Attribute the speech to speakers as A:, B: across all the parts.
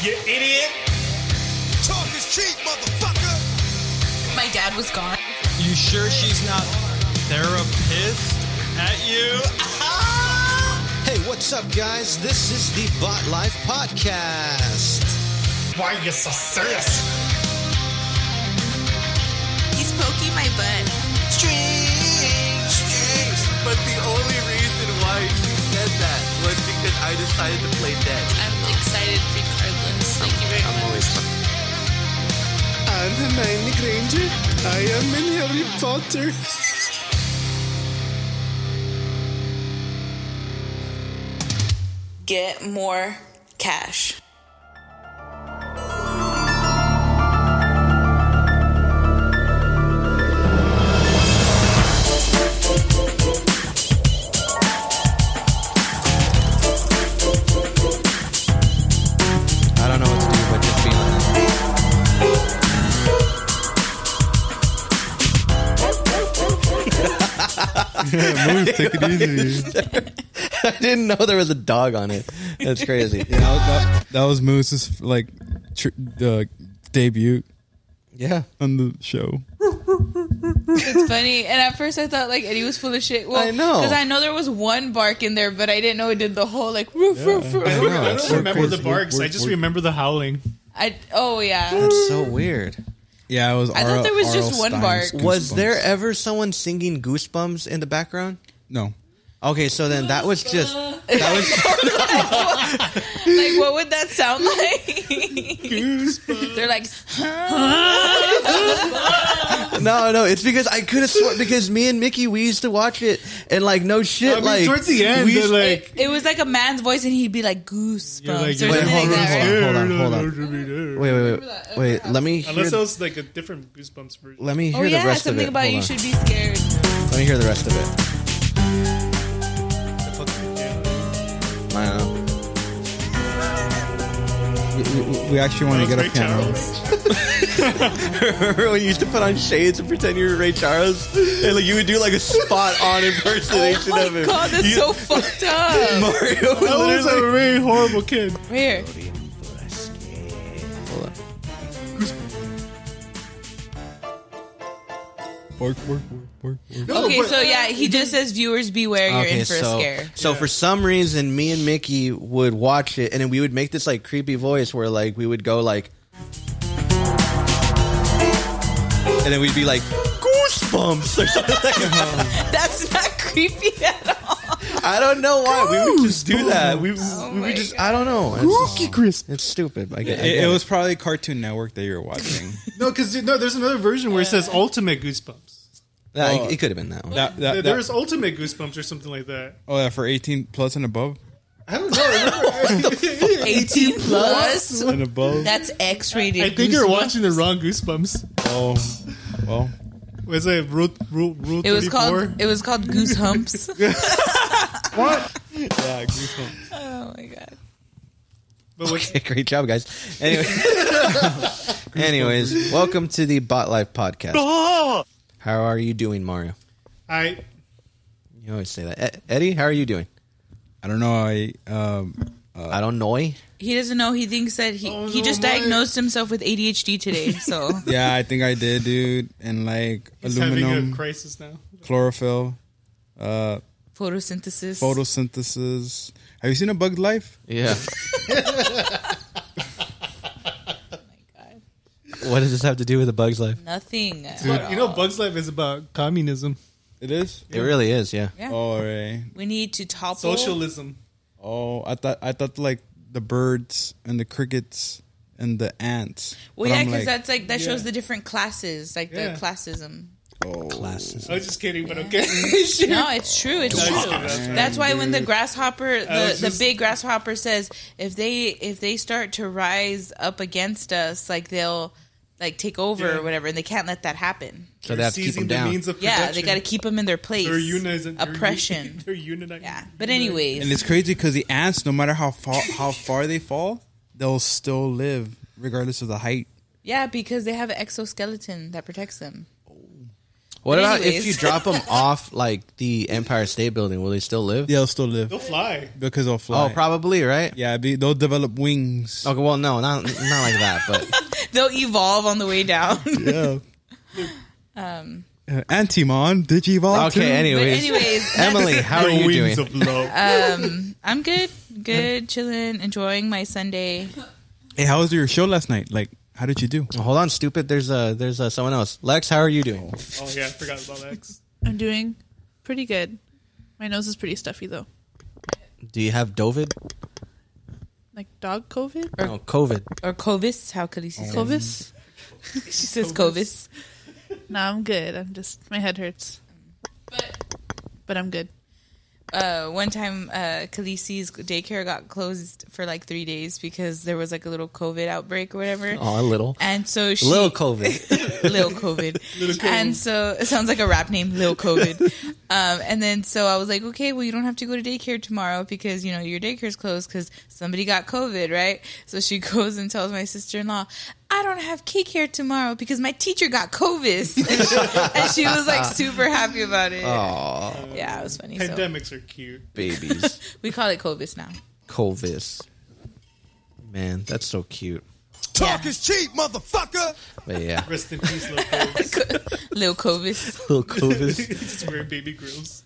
A: You idiot!
B: Talk is cheap, motherfucker.
C: My dad was gone.
D: You sure she's not therapist at you?
E: Hey, what's up, guys? This is the Bot Life Podcast.
A: Why are you so serious?
C: He's poking my butt.
B: Strings, strings.
F: But the only reason why she said that was because I decided to play dead.
C: I'm excited regardless. Thank you very much.
E: I'm Hermione Granger. I am in Harry Potter.
C: Get more cash.
E: I don't know what to do, but just be honest.
G: Move, take it easy.
E: I didn't know there was a dog on it. That's crazy.
G: Yeah, that, was, that, that was Moose's like tr- uh, debut
E: yeah.
G: on the show.
H: It's funny. And at first I thought like Eddie was full of shit. Well,
E: I know.
H: Because I know there was one bark in there, but I didn't know it did the whole like roof, roof,
A: I
H: roof.
A: don't,
E: know,
A: I
E: it's
A: don't
E: so
A: remember
E: crazy.
A: the barks. I just remember the howling.
H: I, oh, yeah.
E: That's so weird.
G: Yeah, it was.
H: I thought there was just one bark.
E: Was
G: Goosebumps.
E: there ever someone singing Goosebumps in the background?
G: No.
E: Okay, so then that was just that was
H: Like, what would that sound like? They're like,
E: no, no. It's because I could have sworn because me and Mickey we used to watch it and like no shit
A: I mean,
E: like
A: towards the end,
E: we
A: they're
E: used-
A: like,
H: it was like a man's voice, and he'd be like, goosebumps.
A: You're like,
H: or
A: wait,
H: something
E: hold
H: like
E: on,
H: that, right?
E: hold on, hold on, hold
A: on.
E: wait wait wait wait let me hear
A: Unless that was like a different Goosebumps version.
E: let me hear
H: Oh,
E: the
H: yeah.
E: rest
H: Something
E: of it.
H: about
E: Hold
H: you
E: on.
H: should be scared.
E: let me hear the rest of it. I don't know.
G: We, we- we actually want to get a
A: Ray
G: piano.
A: Charles.
E: Remember when you used to put on shades and pretend you were Ray Charles, and like you would do like a spot on impersonation
H: Oh,
E: of
H: my
E: him.
H: God. That's
E: You-
H: so fucked up.
E: Mario was
A: That was a
E: literally.
A: really horrible kid.
H: Where?
E: Hold on.
G: Bark, bark, bark, bark, bark.
H: Okay, so yeah, he just says, viewers beware, you're in for
E: so
H: a scare.
E: so for some reason, me and Mickey would watch it, and then we would make this like creepy voice where like we would go like, and then we'd be like goosebumps or something. like that.
H: That's not creepy at all.
E: I don't know why we would just do that. We, we
H: Oh my
E: would just I don't know. It's,
A: Crisp.
E: it's stupid. I get, I
G: It,
E: get
G: it was probably Cartoon Network that you were watching.
A: No, because no, there's another version where it says Ultimate Goosebumps.
E: Yeah, it- it could have been that one.
G: that,
A: There-
G: that, that-
A: Oh. There's Ultimate Goosebumps or something like that.
G: oh, yeah, for 18 plus and above?
A: I don't know. I remember-
H: 18 plus.
G: And above?
H: That's X rated.
A: I think you're watching the wrong Goosebumps.
G: Oh, well.
A: Was it Rule Rule Rule
H: It was
A: 34?
H: called. It was called Goose Humps.
G: Yeah, Goosebumps.
H: oh my god!
A: But what's
E: Okay, great job, guys. Anyway, anyways, welcome to the Bot Life podcast. How are you doing, Mario?
A: I
E: You always say that, E- Eddie. How are you doing?
G: I don't know. I um,
E: I don't know.
H: He doesn't know. He thinks that he
A: Oh,
H: he
A: no,
H: just
A: my-
H: diagnosed himself with ADHD today. So
G: yeah, I think I did, dude. And like
A: was having
G: aluminum,
A: a crisis now.
G: chlorophyll, uh,
H: photosynthesis.
G: photosynthesis. Have you seen a bug life?
E: Yeah. What does this have to do with the bug's life?
H: Nothing.
A: But, you know, Bugs Life is about communism,
G: It is.
E: It really is, yeah.
H: Yeah.
G: Oh,
E: eh.
G: right.
H: We need to topple.
A: socialism.
G: Oh, I thought I thought like the birds and the crickets and the ants.
H: Well,
G: But
H: yeah,
G: I'm
H: because
G: like,
H: that's like that shows
A: Yeah.
H: the different classes, like
A: Yeah.
H: the classism.
E: Classes.
A: I was just kidding, but okay.
H: No, it's true. It's
A: I just
H: true.
A: did that.
H: That's why when the grasshopper,
A: I
H: the,
A: was
H: the
A: just-
H: big grasshopper says, if they if they start to rise up against us, like they'll like take over
A: Yeah.
H: or whatever, and they can't let that happen.
E: So they have to keep them
A: Seizing the
E: down.
A: means of
H: Yeah, they
A: production.
H: got to keep them in their place.
A: They're unionized.
H: oppression.
A: They're unionized.
H: yeah, but anyways,
G: and it's crazy because the ants, no matter how far how far they fall, they'll still live regardless of the height.
H: yeah, because they have an exoskeleton that protects them.
E: What
H: But
E: about if
H: anyways.
E: you drop them off like the Empire State Building? Will they still live?
G: Yeah, they'll still live
A: They'll fly.
G: because they'll fly.
E: Oh, probably right.
G: Yeah, be, they'll develop wings.
E: Okay, well, no, not not like that, but
H: They'll evolve on the way down.
G: Yeah. um. Antimon, Digivolve.
E: okay.
H: but
E: Anyways,
H: anyways,
E: Emily, how are
A: The
E: you
A: wings
E: doing?
A: of love.
H: Um, I'm good, good, chilling, enjoying my Sunday.
G: Hey, how was your show last night? Like, how did you do?
E: Hold on, stupid. There's uh, there's uh, someone else. Lex, how are you doing?
A: oh yeah, I forgot about X.
I: I'm doing pretty good. My nose is pretty stuffy though.
E: Do you have Dovid?
I: Like dog COVID or
E: No, COVID.
H: Or Covis, how could he say it?
I: COVID?
H: She says Covis.
I: No, I'm good. I'm just my head hurts,
C: But
I: but I'm good.
H: Uh, one time, uh, Khaleesi's daycare got closed for like three days because there was like a little COVID outbreak or whatever.
E: Oh, a little.
H: And so she,
E: Little COVID.
H: Lil COVID. And so it sounds like a rap name, Lil COVID. um, and then so I was like, okay, well, you don't have to go to daycare tomorrow because, you know, your daycare's closed because somebody got COVID, right? So she goes and tells my sister in law, I don't have cake here tomorrow because my teacher got COVID. and, she, and she was like super happy about it.
E: Aw,
H: Yeah, it was funny. So
A: Pandemics are cute.
E: babies.
H: we call it COVID now.
E: Covis. Man, that's so cute.
B: Talk is cheap, motherfucker.
E: But yeah,
A: Rest in peace, little Covis.
H: Lil COVID.
E: little Covis.
A: Just wearing baby grills.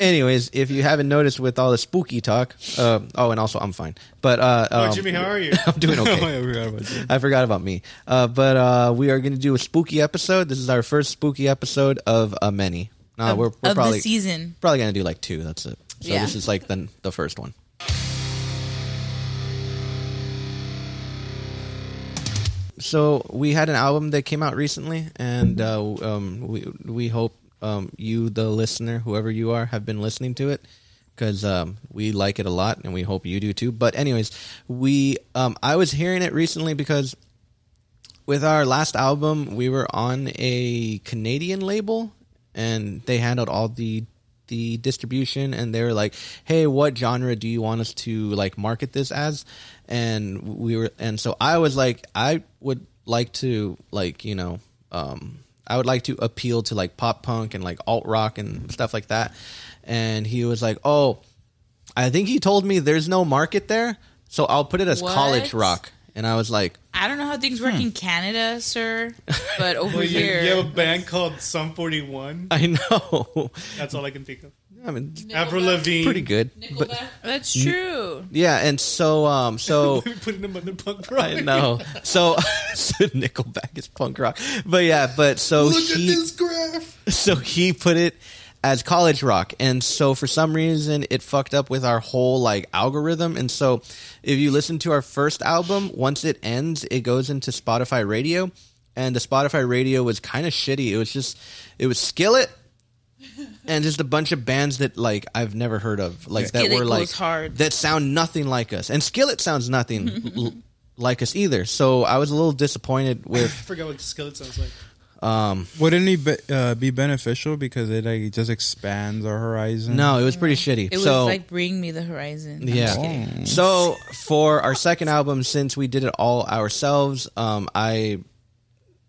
E: Anyways, if you haven't noticed with all the spooky talk, uh, oh, and also I'm fine. But uh,
A: Oh,
E: um,
A: Jimmy, how are you?
E: I'm doing
G: Oh, yeah,
E: okay.
G: we forgot about that.
E: I forgot about me. Uh, but uh, we are going to do a spooky episode. This is our first spooky episode of uh, many. No, we're, we're
H: of
E: probably
H: the season.
E: probably going to do like two. That's it. So
H: Yeah.
E: this is like the the first one. So we had an album that came out recently, and uh, um, we we hope um, you, the listener, whoever you are, have been listening to it because um, we like it a lot, and we hope you do too. But anyways, we um, I was hearing it recently because with our last album, we were on a Canadian label, and they handled all the the distribution, and they were like, "Hey, what genre do you want us to like market this as?" And we were, and so I was like, I would like to like you know, um, I would like to appeal to like pop punk and like alt rock and stuff like that. And he was like, "Oh, I think he told me there's no market there, so I'll put it as
H: What?
E: college rock." And I was like.
H: I don't know how things work in Canada, sir, but over
A: Hmm. Well, you,
H: here.
A: you have a band called Sum 41.
E: I know.
A: That's all I can think of.
E: I mean,
A: Avril Lavigne.
E: pretty good. But,
C: Nickelback.
I: That's true.
E: yeah, and so um, so
A: Putting them on the punk rock.
E: I know. So, so Nickelback is punk rock, but yeah, but so
A: Look
E: he
A: at this graph.
E: so he put it as college rock and so for some reason it fucked up with our whole like algorithm and so if you listen to our first album once it ends it goes into spotify radio and the spotify radio was kind of shitty it was just it was skillet and just a bunch of bands that like i've never heard of like that
H: Skillet
E: were
H: goes
E: like
H: hard.
E: that sound nothing like us and skillet sounds nothing l- like us either so i was a little disappointed
A: I
E: with
A: forgot what the skillet sounds like.
E: um,
G: Wouldn't it be, uh, be beneficial because it like just expands our horizon?
E: no it was pretty shitty
H: It was
E: so
H: like bring me the horizon. I'm just kidding.
E: Yeah. So for our second album, since we did it all ourselves, um, I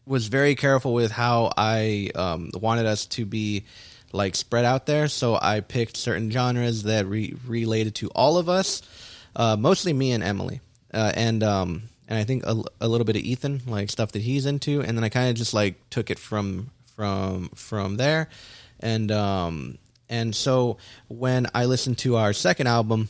E: was very careful with how I um, wanted us to be like spread out there. So I picked certain genres that re- related to all of us, uh, mostly me and Emily, uh, and um, and I think a, l- a little bit of Ethan, like stuff that he's into. And then I kind of just like took it from from from there, and um, and so when I listened to our second album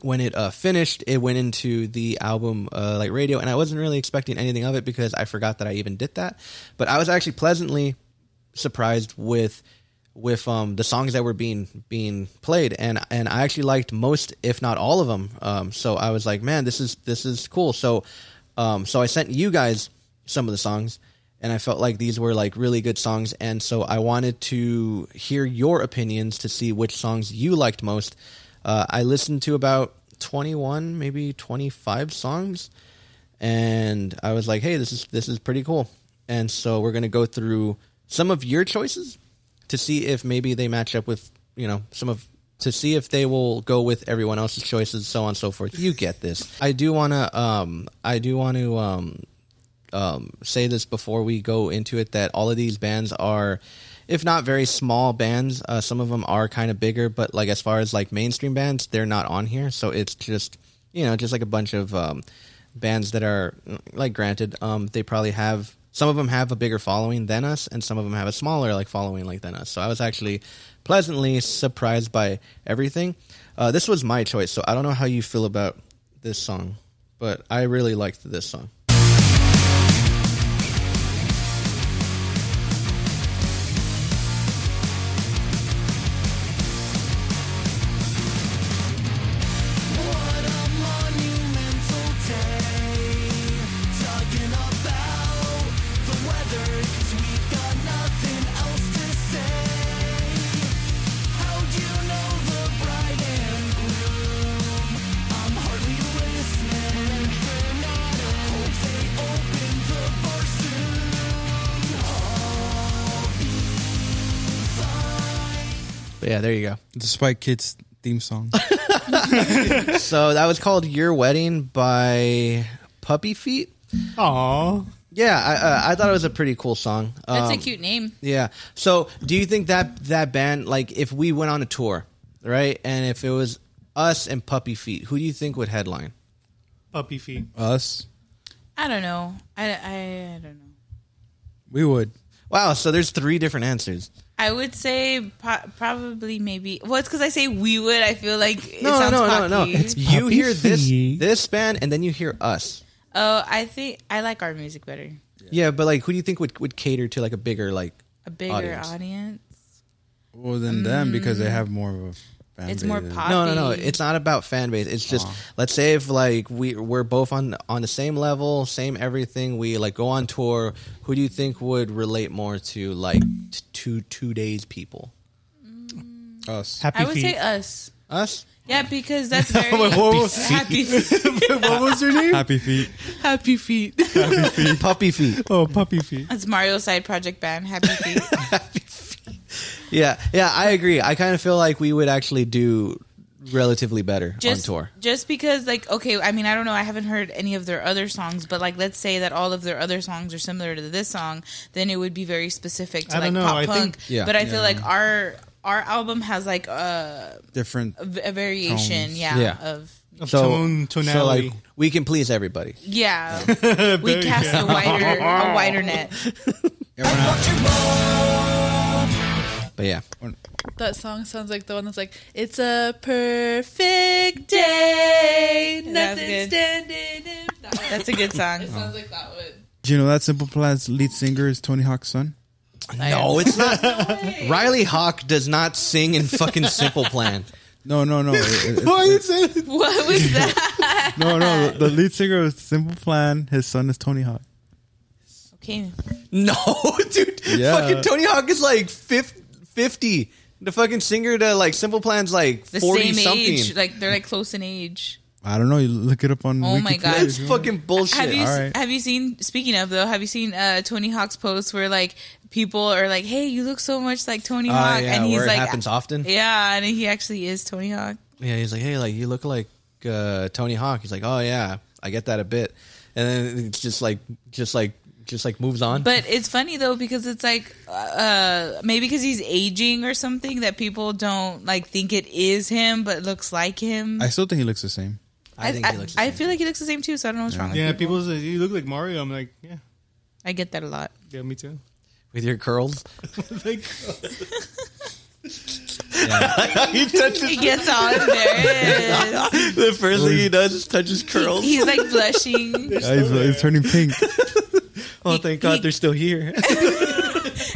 E: when it uh, finished, it went into the album uh, like radio, and I wasn't really expecting anything of it because I forgot that I even did that. But I was actually pleasantly surprised with with um, the songs that were being being played, and and I actually liked most, if not all of them. Um, so I was like, man, this is this is cool. So um, so I sent you guys some of the songs, and I felt like these were like really good songs, and so I wanted to hear your opinions to see which songs you liked most. Uh, I listened to about 21, maybe 25 songs, and I was like, "Hey, this is this is pretty cool." And so we're gonna go through some of your choices to see if maybe they match up with you know some of to see if they will go with everyone else's choices, so on and so forth. You get this. I do wanna um I do want to um um, say this before we go into it that all of these bands are if not very small bands. Uh, some of them are kind of bigger, but like as far as like mainstream bands, they're not on here. So it's just you know just like a bunch of um, bands that are like granted um, they probably have some of them have a bigger following than us and some of them have a smaller like following like than us so i was actually pleasantly surprised by everything uh, this was my choice so i don't know how you feel about this song but i really liked this song but yeah there you go
G: The Spy Kids theme song.
E: so that was called your wedding by puppy feet
A: Aw.
E: yeah i, uh, I thought it was a pretty cool song
H: That's
E: Um,
H: a cute name.
E: Yeah. So, do you think that that band, like, if we went on a tour, right, and if it was us and Puppy Feet, who do you think would headline?
A: Puppy feet.
G: Us,
H: I don't know. I, I, I don't know.
G: we would.
E: Wow. So there's three different answers.
H: I would say po- probably maybe. Well, it's because I say we would. I feel like it sounds cocky.
E: you
A: Puppy
E: hear this
A: Feet.
E: this band, and then you hear us.
H: Oh, I think I like our music better.
E: Yeah. but like, who do you think would would cater to like a bigger like?
H: A bigger
E: Audience.
H: audience.
G: Well, than them because they have more of a. Fan
H: It's more
G: base. Oh.
H: pop.
E: No, no, no. It's not about fan base. It's just let's say if like we we're both on on the same level, same everything. We like go on tour. Who do you think would relate more to like t- two two days people?
G: Mm. Us.
A: Happy
H: I would
A: feet.
H: say us.
E: Us?
H: Yeah, because that's very
A: whoa,
H: happy. feet.
A: what was her name?
G: Happy feet.
H: happy feet.
E: Puppy feet.
A: Oh, puppy feet.
H: That's Mario's side project band. Happy feet.
E: Yeah, yeah, I agree. I kind of feel like we would actually do relatively better on tour.
H: Just because, like, okay, I mean, I don't know, I haven't heard any of their other songs, but like, let's say that all of their other songs are similar to this song, then it would be very specific to
A: I
H: like
A: don't know,
H: pop
A: I
H: punk.
A: think-
E: Yeah.
H: but I feel like our our album has like a,
G: Different.
H: a variation,
G: Tones.
H: yeah,
E: Yeah.
H: of
A: Of
E: So,
A: tone,
E: so
A: tonality.
E: like we can please everybody.
H: yeah. we cast a wider a wider net.
E: But yeah,
I: That song sounds like the one that's like, "It's a perfect day,
H: That's
I: nothing
H: good.
I: standing in." That one.
H: That's a good song.
I: sounds like that one.
G: Do you know that Simple Plan's lead singer is Tony Hawk's son?
E: no, it's not. Riley Hawk does not sing in fucking Simple Plan.
G: No, no, no. It- it-
E: Oh.
A: Why you say that?
H: What was that?
G: no, no. The the lead singer of Simple Plan, his son is Tony Hawk.
H: okay.
E: No, dude,
G: Yeah.
E: fucking Tony Hawk is like fif- fifty. The fucking singer to like Simple Plan's like
H: The
E: forty
H: same
E: something.
H: age. Like they're like close in age.
G: I don't know. You look it up on.
H: Oh my
G: Wikipedia
H: God.
G: if
E: That's
G: you want.
E: fucking bullshit.
H: Have you
G: All right.
H: have you seen? Speaking of though, have you seen uh, Tony Hawk's posts where like people are like, "Hey, you look so much like Tony
E: Oh,
H: Hawk,"
E: yeah,
H: and he's
E: where it
H: like,
E: happens often.
H: "Yeah," and he actually is Tony Hawk.
E: Yeah, he's like, hey, like you look like uh, Tony Hawk. He's like, oh yeah, I get that a bit. And then it's just like, just like, just like moves on.
H: But it's funny though because it's like uh, maybe because he's aging or something that people don't like think it is him, but it looks like him.
G: I still think he looks the same.
E: I think
H: I,
E: he looks.
H: I feel like he looks the same too, so I don't know what's wrong. With
A: Yeah,
H: yeah,
A: people say, you look like Mario. I'm like, yeah,
H: I get that a lot.
A: yeah, me too.
E: with your curls.
A: Like,
E: he touches
H: He gets all embarrassed.
E: the first thing he does is touches curls.
H: He's like blushing.
G: Yeah,
A: uh,
G: he's, he's turning pink.
E: oh, thank God they're still here.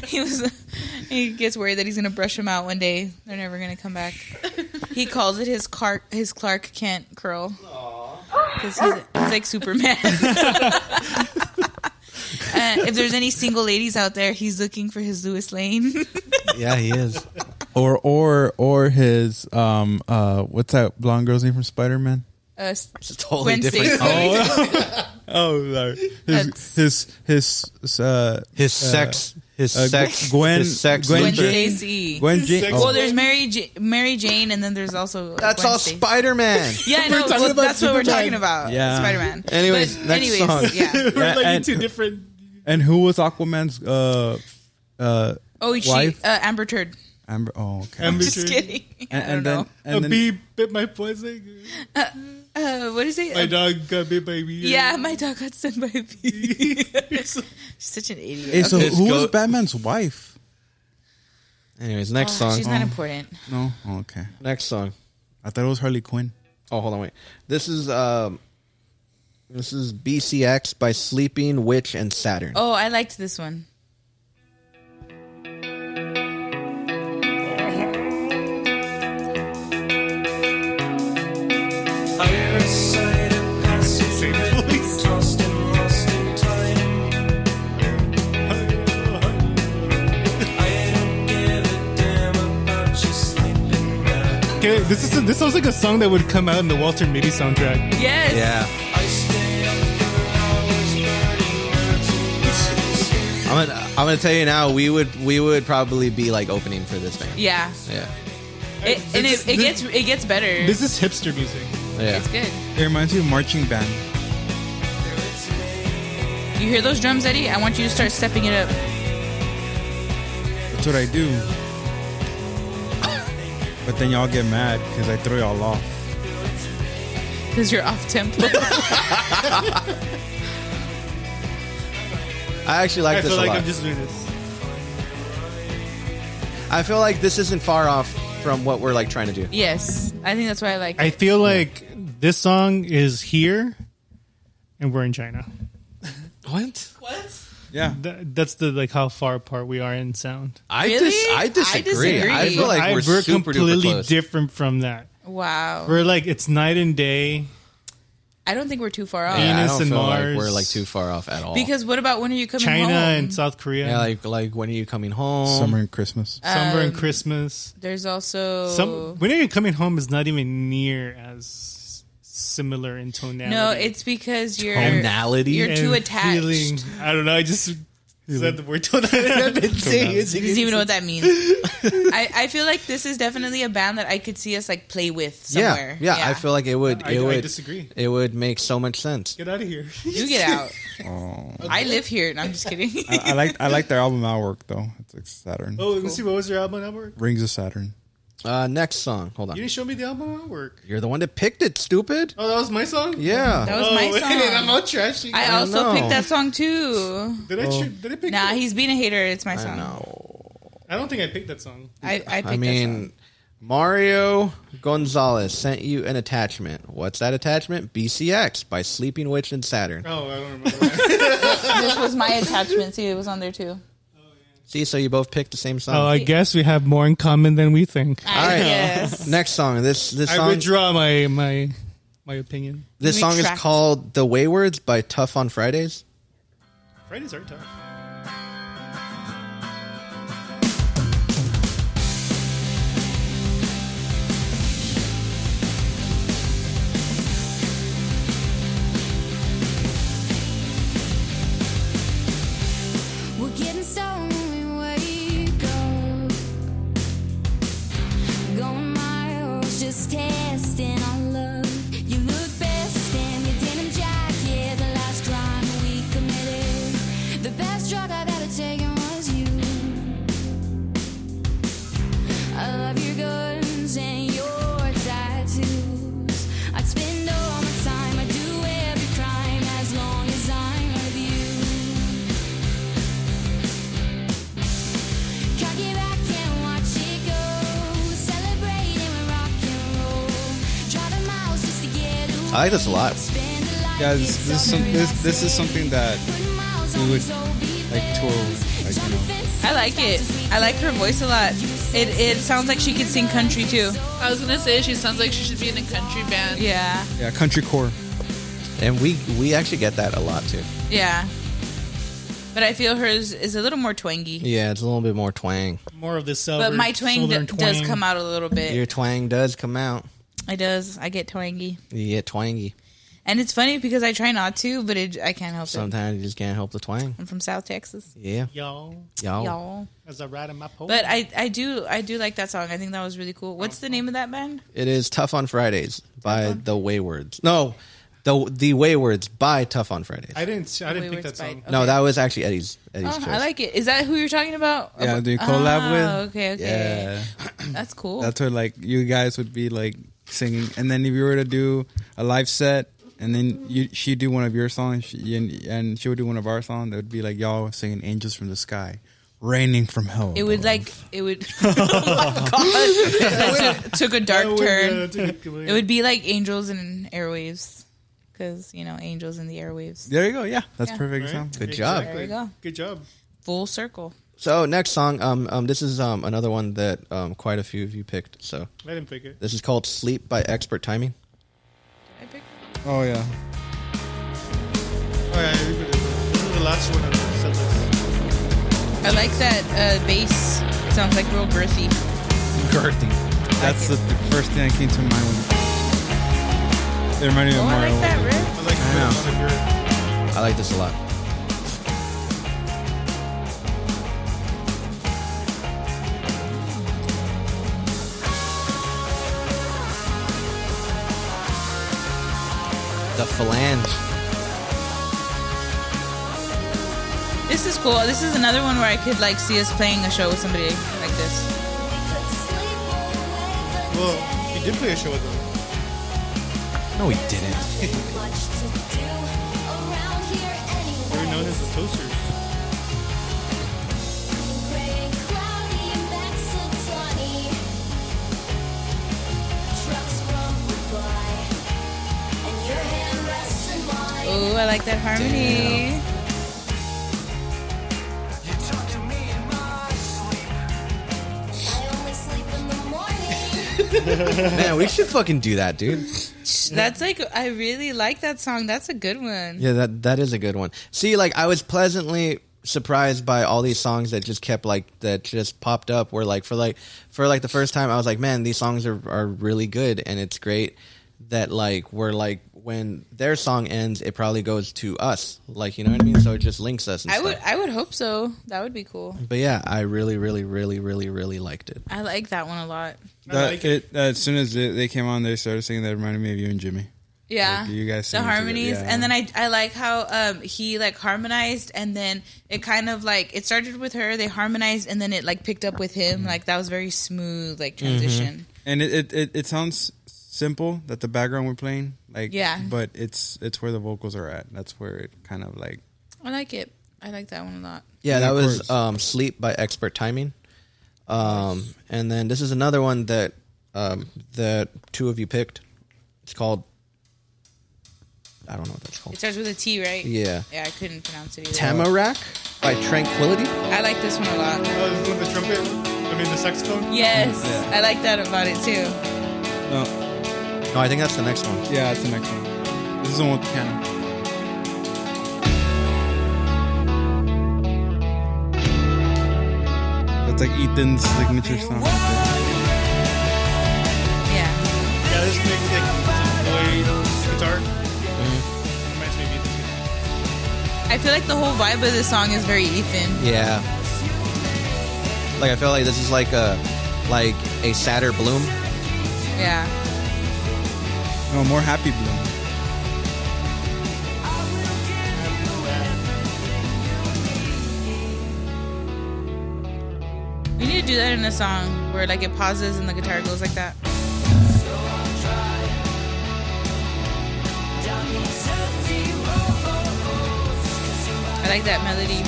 H: he was he gets worried that he's gonna brush him out one day they're never gonna come back he calls it his clark his clark kent curl because he's, he's like superman Uh, if there's any single ladies out there, he's looking for his Lewis Lane.
E: yeah, he is.
G: or or or his um uh what's that blonde girl's name from Spider Man?
H: Uh, s-
E: It's a totally
H: Gwen
E: different.
H: Stacy.
G: Oh, sorry.
H: That's-
G: His his his uh,
E: His sex. His
G: uh,
E: sex.
G: Gwen-
E: His sex.
G: Gwen
H: Gwen
E: nature.
G: Jane.
H: Stacy.
G: Gwen Jane.
A: Sex-
H: Well,
G: Oh,
H: there's Mary J- Mary Jane, and then there's also
E: That's
H: Gwen
E: all
H: Stacy.
E: Spider Man.
H: Yeah, I know.
A: talking
H: well,
A: about
H: that's what we're
A: Superman.
H: talking about.
G: Yeah.
H: Spider Man.
E: Anyways, next
H: anyways,
E: song.
H: Yeah.
A: we're like
G: and-
A: two different.
G: and who was Aquaman's uh uh
H: Oh, she uh,
G: Wife?
H: Amber Turd.
G: Amber. Oh, okay.
A: Amber
H: Just
A: Turd.
H: kidding.
G: and,
H: I don't
G: and
H: know.
G: then and
A: a
G: then
A: bee bit my poison.
H: Uh, what is it?
A: My
H: Uh,
A: dog got bit by a bee.
H: yeah, my dog got stung by a bee. She's such an idiot.
G: Hey, so
F: Let's
G: who
F: go-
G: was Batman's wife?
E: Anyways, next
H: Oh,
E: song.
H: she's not important.
G: No. Oh, okay.
E: Next song.
G: I thought it was Harley Quinn.
E: Oh, hold on, wait. This is um, this is BCX by Sleeping Witch and Saturn.
H: Oh, I liked this one.
A: Okay, this is this sounds like a song that would come out in the Walter Mitty soundtrack.
H: Yes.
E: Yeah. I'm uh, gonna, I'm gonna tell you now. We would we would probably be like opening for this band.
H: Yeah.
E: Yeah,
H: It, and
A: this-
H: it, it
A: this-
H: gets it gets better.
A: This is hipster music.
E: yeah.
H: it's good.
G: It reminds me of marching band.
H: You hear those drums, Eddie? I want you to start stepping it up.
G: That's what I do. But then y'all get mad because I throw y'all off.
H: Because you're off tempo.
E: I actually like
A: I
E: this
A: feel
E: a
A: like
E: lot.
A: I'm just doing this.
E: I feel like this isn't far off from what we're like trying to do.
H: yes. I think that's why I like
A: I feel like this song is here, and we're in China.
E: What?
G: Yeah.
A: That, that's the like how far apart we are in sound.
E: I
H: Really?
E: dis- I
H: I
E: disagree. I,
H: disagree.
E: feel like
A: I-
E: we're, super duper
A: completely
E: close.
A: different from that.
H: Wow.
A: We're like it's night and day.
H: I don't think we're too far off.
E: Yeah, I
A: Venus
E: don't
A: and
E: feel like
A: Mars.
E: we're like too far off at all.
H: Because what about when are you coming
A: China
H: home?
A: and South Korea.
E: yeah, like like when are you coming home?
G: Summer and Christmas.
A: summer and Christmas.
H: Um, There's also
A: Some when are you coming home is not even near as similar in tonality.
H: no. It's because you're
E: Tonality?
H: You're too
A: and
H: attached.
A: feeling. I don't know. I just said the word tonality. I've been saying it.
H: Doesn't even know what that means. I, I feel like this is definitely a band that I could see us like play with
E: yeah,
H: somewhere.
E: yeah, I feel like it would.
A: I-
E: It
A: I
E: would
A: disagree.
E: It would make so much sense.
A: Get out of here.
H: you get out.
G: Oh.
H: I live here, and I'm just kidding.
G: I, I like I like their album Outwork though. It's like Saturn.
A: Oh, let me see. What was your album artwork?
G: Rings of Saturn.
E: Uh, next song. Hold on.
A: You didn't show me the album artwork.
E: You're the one that picked it, stupid.
A: Oh, that was my song.
E: Yeah.
H: That was
A: oh,
H: my
A: wait, I'm
H: song.
A: not trashing.
H: I
E: don't
H: also
E: know.
H: picked that song too.
A: did I? tr- Did I pick?
H: Nah,
A: it?
H: he's being a hater. It's my
E: I
H: song.
E: know.
A: I don't think I picked that song.
H: I, I picked
E: I
H: that song.
E: mean, Mario Gonzalez sent you an attachment. What's that attachment? BCX by Sleeping Witch and Saturn.
A: Oh, I don't remember.
H: this was my attachment. See, it was on there too.
E: See, so you both picked the same song.
A: oh, I guess we have more in common than we think.
H: I
E: right.
H: guess.
E: Next song. This this
A: I
E: song
A: withdraw my my my opinion.
E: this song is
H: Retract.
E: called "The Waywards" by Tough on Fridays.
A: Fridays are tough.
J: We're getting so where you go. Going miles, just testing our love. You look best in your denim jacket. The last crime we committed. The best drug I've ever taken was you. I love your guns and your tattoos. I'd spend all my time, I'd do every crime as long as I'm with you. Cocky back and watch it go. Celebrating with rock and roll. Driving miles just to get away.
E: I like this a lot.
J: Spend a life
G: Yeah, this this is, some, this, this is something that
J: putting miles
G: we
J: on
G: would
J: these old beat
G: like tour. Like, you know,
H: I like it. I like her voice a lot. It it sounds like she could sing country too.
I: I was gonna say she sounds like she should be in a country band.
H: Yeah.
G: yeah, country core.
E: And we we actually get that a lot too.
H: Yeah. But I feel hers is a little more twangy.
E: Yeah, it's a little bit more twang.
A: More of this southern,
H: But my twang, d-
A: southern twang
H: does come out a little
E: Your
H: bit.
E: twang does come out.
H: It does. I get twangy.
E: You get twangy.
H: And it's funny because I try not to, but it, I can't help it.
E: Sometimes you just can't help the twang.
H: I'm from South Texas,
E: Yeah,
A: Y'all,
E: y'all.
H: y'all.
A: as I ride in my pole.
H: But I, I do I do like that song. I think that
A: Uh-huh.
H: was really cool. What's the name of that band?
E: It is Tough on Fridays by The Waywards. No, The the Waywards by Tough on Fridays.
A: I didn't. I didn't pick
H: Wayward's
A: that
H: Bite.
A: song.
E: No, that was actually Eddie's. Eddie's
H: Oh,
E: choice.
A: Uh-huh.
H: I like it. Is that who you're talking about?
G: Yeah,
H: Ab-
G: do you collab
H: Ah,
G: with?
H: Okay, okay. That's cool.
G: That's where like you guys would be like singing, and then if you were to do a live set, and then you she do one of your songs, she, and, and she would do one of our songs, that would be like y'all singing "Angels from the Sky," raining from hell.
H: it would like it would. oh my god! That took, took a dark turn. it would be like angels and airwaves, because you know angels in the airwaves.
G: There you go. Yeah, that's
H: Yeah.
G: perfect
A: Right?
G: example.
E: Good job.
H: There you go.
A: Good job.
H: Full circle.
E: So next song, um, um, this is um another one that um quite a few of you picked. So
A: I didn't pick it.
E: this is called "Sleep" by Expert Timing.
H: I picked
G: Oh yeah.
A: All right, we put it. This is the last one on the set list.
H: I like that uh, bass. It sounds like real girthy.
G: Girthy. That's the, the first thing that came to mind. When it reminded me
H: Oh,
G: of
H: I
G: Mario.
H: like that riff.
A: I like to put it on the grid.
E: I like this a lot. The phalange.
H: This is cool. This is another one where I could like see us playing a show with somebody like this.
A: Well, you did play a show with them.
E: No, he didn't.
A: They were known as the Toasters.
H: Oh, I like that harmony.
E: Man, we should fucking do that, dude.
H: That's like I really like that song. That's a good one.
E: Yeah, that that is a good one. See, like I was pleasantly surprised by all these songs that just kept like that just popped up where like for like for like the first time I was like, man, these songs are are really good and it's great that like we're like when their song ends, it probably goes to us. Like, you know what I mean? So it just links us and
H: I
E: stuff.
H: would I would hope so. That would be cool.
E: but yeah, I really, really, really, really, really liked it.
H: I like that one a lot.
G: That-
A: like
G: it, as soon as they, they came on, they started singing. That reminded me of you and Jimmy.
H: Yeah.
G: Like, you guys
H: the
G: sing together,
H: harmonies
G: yeah.
H: and then I I like how um he like harmonized and then it kind of like it started with her, they harmonized and then it like picked up with
G: Mm-hmm.
H: him. Like that was very smooth like
A: Mm-hmm.
H: transition.
G: And it, it, it, it sounds simple that the background we're playing, like
H: Yeah.
G: but it's it's where the vocals are at. That's where it kind of like
H: Mm-hmm. I like it. I like that one a lot.
E: Yeah,
G: Yeah,
E: that
G: of
E: was
G: course.
E: um, Sleep by Expert Timing. Um, and then this is another one that um, that two of you picked. It's called I don't know what that's
H: It
E: called.
H: starts with a T, right?
E: Yeah.
H: Yeah, I couldn't pronounce it either.
E: Tamarack by Tranquility.
H: I like this one a lot.
A: Oh, this is with the trumpet. I mean, the saxophone.
H: Yes. I like that about it too.
G: no,
E: No, I think that's the next one.
G: Oh. yeah, that's the next one. This is the one with the piano. That's like Ethan's signature song.
H: Yeah.
A: Yeah, this makes like some boy guitar. Reminds me of Ethan.
H: I feel like the whole vibe of this song is very Ethan.
E: Yeah. Like I feel like this is like a like a sadder bloom.
H: Yeah.
G: No, more Happy Bloom.
H: We need to do that in a song where like it pauses and the guitar goes like that. I like that melody.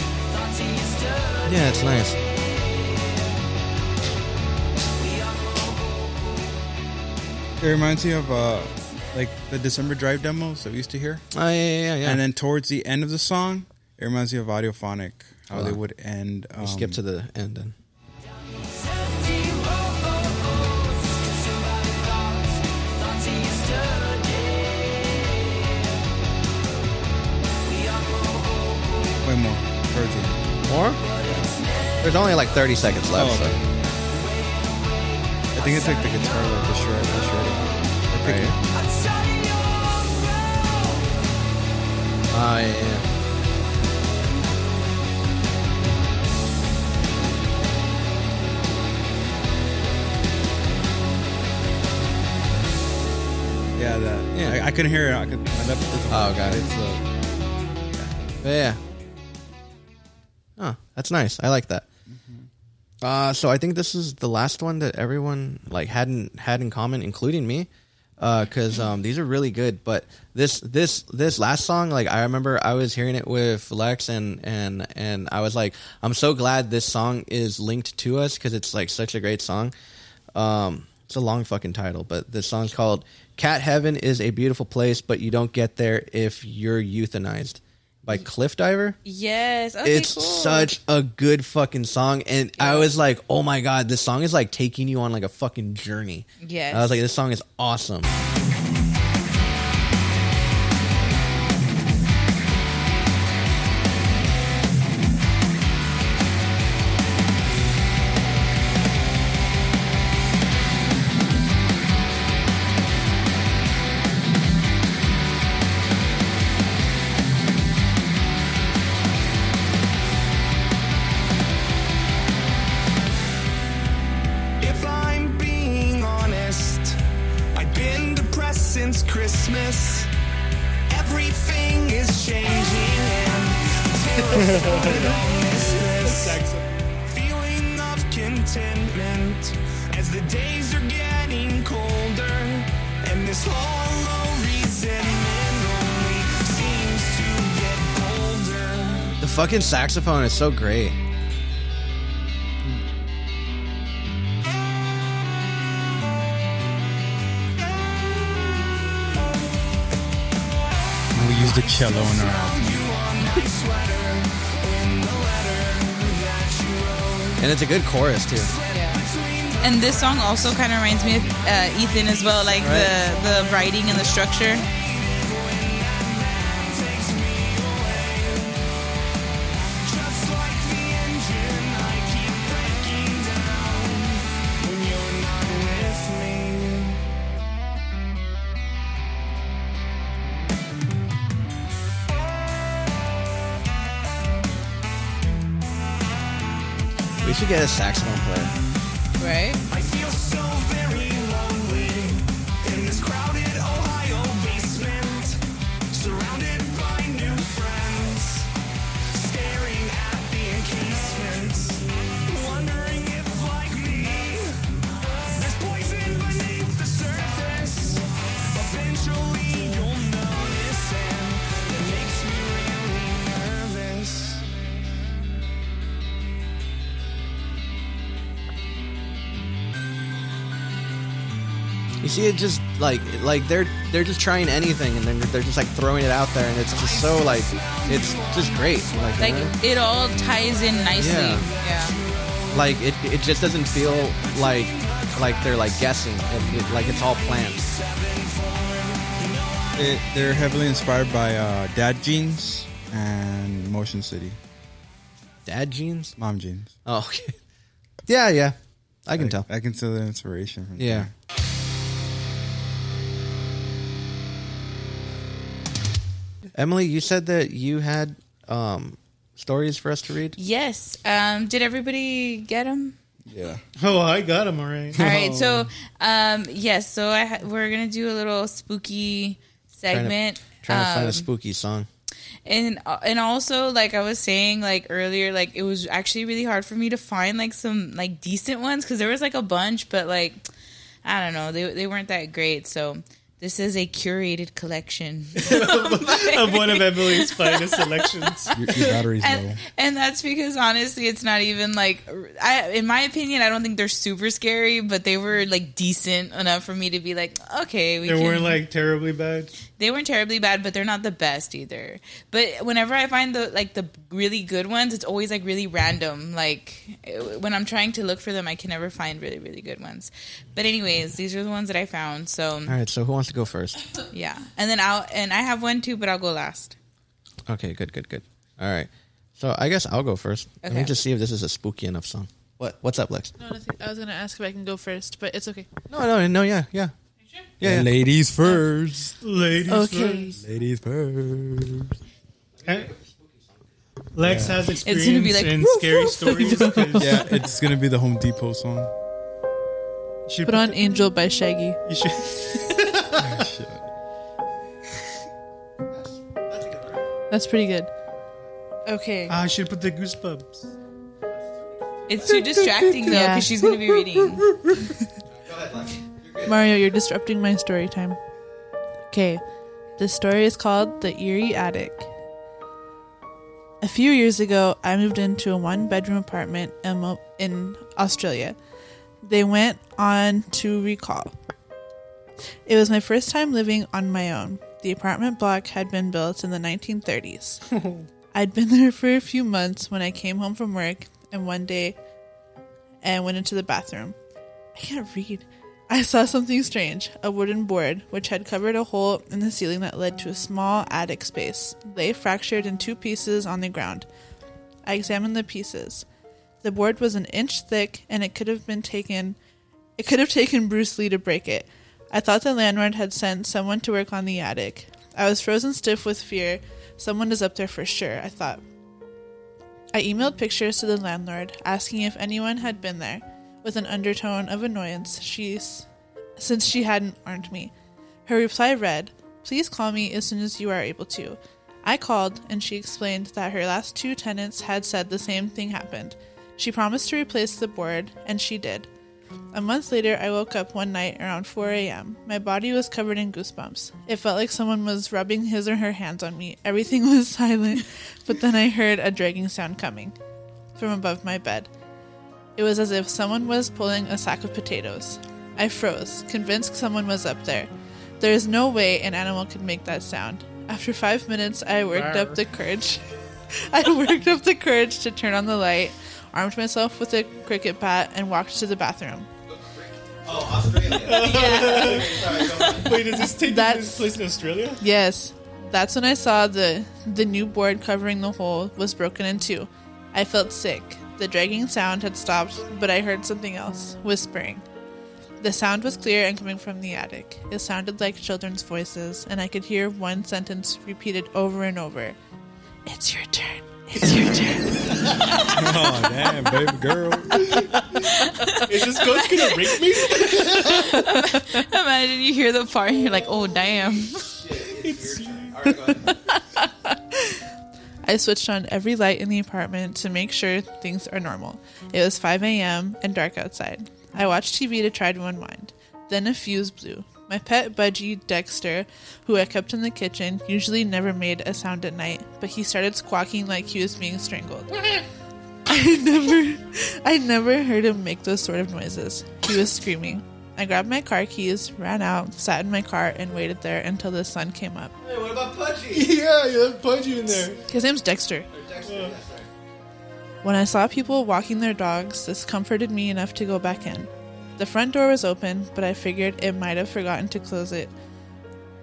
E: Yeah, it's nice.
G: It reminds me of uh, like the December Drive demos that we used to hear.
E: Oh yeah, yeah, yeah. yeah.
G: And then towards the end of the song, it reminds me of Audiophonic, how
E: Hold
G: they
E: on.
G: would end. Um,
E: skip to the end. Then.
G: way more towards the end.
E: More? There's only like 30 seconds left.
G: Oh,
E: so.
G: okay. I think it's like the guitar, like the shred, the shred. Like,
E: Right.
G: Ah,
E: Oh yeah, yeah.
G: Yeah, that.
E: Yeah.
G: Yeah, I, I couldn't hear it. I, could, I left this
E: Oh, got it. But yeah. Huh. That's nice. I like that. Uh, so I think this is the last one that everyone like hadn't had in common, including me, because um, these are really good. But this this this last song, like I remember, I was hearing it with Lex, and and and I was like, I'm so glad this song is linked to us because it's like such a great song. Um, it's a long fucking title, but this song's called "Cat Heaven is a beautiful place, but you don't get there if you're euthanized" by Cliff Diver
H: Yes. Okay,
E: it's
H: cool.
E: such a good fucking song and i was like oh my god this song is like taking you on like a fucking journey
H: Yes.
E: i was like this song is awesome
K: If I'm being honest, I've been depressed since Christmas. Everything is changing and I'm terrified I'll miss this. Feeling of contentment as the days are getting colder and this hollow resentment only seems to get colder.
E: the fucking saxophone is so great
G: And we used the cello in our album.
E: and it's a good chorus too
H: And this song also kind of reminds me of uh, Ethan as well, like the the writing and the structure.
E: we should get a saxophone player
H: Right?
K: I feel so very lonely in this crowded Ohio basement, surrounded by new friends, staring at the encasements, wondering if, like me, there's poison beneath the surface. Eventually, you'll notice, and it makes me really nervous.
E: you see it just like like they're they're just trying anything and then they're just like throwing it out there and it's just so like it's just great like,
H: Like
E: you know?
H: it all ties in nicely.
E: Yeah.
H: Yeah.
E: like it, it just doesn't feel like like they're like guessing it, it, like it's all planned
G: They, they're heavily inspired by uh, Dad Jeans and Motion City.
E: Dad Jeans?
G: Mom Jeans.
E: oh okay yeah yeah i can tell
G: I can tell the inspiration. From
E: yeah Emily, you said that you had um, stories for us to read.
H: Yes. Um, did everybody get them?
G: Yeah.
A: Oh, I got him already.
E: Oh,
H: All right. So, um, yes. So I ha- we're gonna do a little spooky segment.
E: Trying to, trying to find
H: Um,
E: a spooky song.
H: and uh, and also like I was saying like earlier like it was actually really hard for me to find like some like decent ones because there was like a bunch but like I don't know they they weren't that great so this is a curated collection
A: of one of Emily's finest selections.
G: Your, your battery's low.
H: and, and that's because honestly it's not even like I in my opinion I don't think they're super scary but they were like decent enough for me to be like okay we
A: They
H: can-
A: weren't like terribly bad.
H: they weren't terribly bad, but they're not the best either. But whenever I find the like the really good ones, it's always like really random. Like it- when I'm trying to look for them, I can never find really really good ones. But anyways, these are the ones that I found. So
E: All right, so who wants to go first?
H: yeah, and then I'll and I have one too, but I'll go last.
E: Okay, good, good, good. All right, so I guess I'll go first. Let me
H: Okay.
E: just see if this is a spooky enough song. What? What's up, Lex?
I: No, nothing. I was gonna ask if I can go first, but it's okay.
E: No, no, no. Yeah, yeah, yeah. yeah.
G: Ladies first.
A: Ladies
I: Okay.
A: first.
G: Ladies first.
A: Eh? Lex has experience
H: gonna be like,
A: in
H: woof,
A: scary
H: woof.
A: stories. 'cause
G: Yeah, it's gonna be the Home Depot song.
A: you should,
I: Put on Angel by Shaggy.
A: you should,
G: Shit.
I: That's pretty good. Okay.
A: I should put the goosebumps.
H: It's too distracting though, because
I: Yeah.
H: she's gonna be reading.
I: Mario, you're disrupting my story time. Okay, this story is called The Eerie Attic. A few years ago, I moved into a one bedroom apartment in Mo- in Australia. They went on to recall. It was my first time living on my own. The apartment block had been built in the 1930s. I'd been there for a few months when I came home from work and one day and went into the bathroom. I can't read. I saw something strange a wooden board, which had covered a hole in the ceiling that led to a small attic space, lay fractured in two pieces on the ground. I examined the pieces. The board was an inch thick, and it could have been taken. It could have taken Bruce Lee to break it. I thought the landlord had sent someone to work on the attic. I was frozen stiff with fear. Someone is up there for sure, I thought. I emailed pictures to the landlord, asking if anyone had been there, with an undertone of annoyance she's, since she hadn't warned me. Her reply read, Please call me as soon as you are able to. I called, and she explained that her last two tenants had said the same thing happened. She promised to replace the board, and she did. A month later, I woke up one night around 4 a.m. My body was covered in goosebumps. It felt like someone was rubbing his or her hands on me. Everything was silent, but then I heard a dragging sound coming from above my bed. It was as if someone was pulling a sack of potatoes. I froze, convinced someone was up there. There is no way an animal could make that sound. After five minutes, I worked up the courage. I worked up the courage to turn on the light, armed myself with a cricket bat, and walked to the bathroom.
A: Wait, is this taking
I: That's-
A: place in Australia?
I: Yes, that's when I saw the the new board covering the hole was broken in two. I felt sick. The dragging sound had stopped, but I heard something else, whispering. The sound was clear and coming from the attic. It sounded like children's voices, and I could hear one sentence repeated over and over. It's your turn. It's your turn.
G: oh damn, baby girl.
A: Is this ghost gonna rape me?
H: Imagine you hear the part and you're like, oh damn.
I: I switched on every light in the apartment to make sure things are normal. It was 5 a.m. and dark outside. I watched TV to try to unwind. Then a fuse blew. My pet budgie, Dexter, who I kept in the kitchen, usually never made a sound at night, but he started squawking like he was being strangled. I never, I never heard him make those sort of noises. He was screaming. I grabbed my car keys, ran out, sat in my car, and waited there until the sun came up.
A: Hey, what about Pudgy? yeah, you left Pudgy in there.
I: His name's Dexter. When I saw people walking their dogs, this comforted me enough to go back in. The front door was open, but I figured it might have forgotten to close it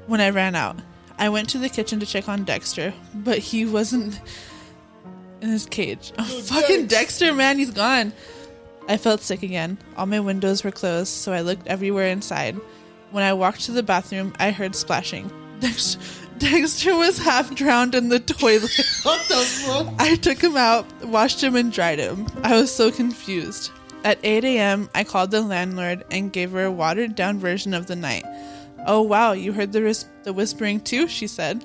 I: when I ran out. I went to the kitchen to check on Dexter, but he wasn't in his cage. Oh, fucking Dexter, man, he's gone. I felt sick again. All my windows were closed, so I looked everywhere inside. When I walked to the bathroom, I heard splashing. Dexter, Dexter was half drowned in the toilet. what the fuck? I took him out, washed him, and dried him. I was so confused. At 8 a.m., I called the landlord and gave her a watered down version of the night. Oh, wow, you heard the, whis- the whispering too, she said.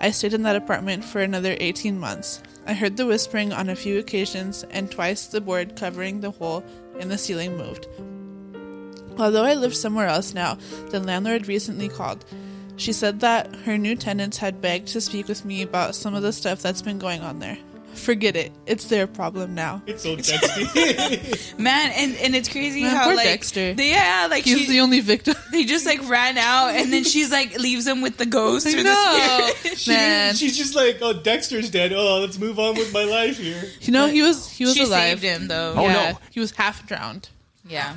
I: I stayed in that apartment for another 18 months. I heard the whispering on a few occasions, and twice the board covering the hole in the ceiling moved. Although I live somewhere else now, the landlord recently called. She said that her new tenants had begged to speak with me about some of the stuff that's been going on there. Forget it, it's their problem now.
A: It's so Dexter.
H: Man, and, and it's crazy
I: Man,
H: how
I: poor
H: like
I: Dexter.
H: They, yeah, like
I: He's
H: she,
I: the only victim.
H: they just like ran out and then she's like leaves them with the ghost
I: I
H: or
I: know.
H: the spirit.
A: She- She's just like, oh, Dexter's dead. Oh, let's move on with my life here.
I: You know, he was he was
H: She
I: alive. Oh,
H: saved him though.
I: Yeah,
H: yeah.
I: he was half drowned.
H: Yeah.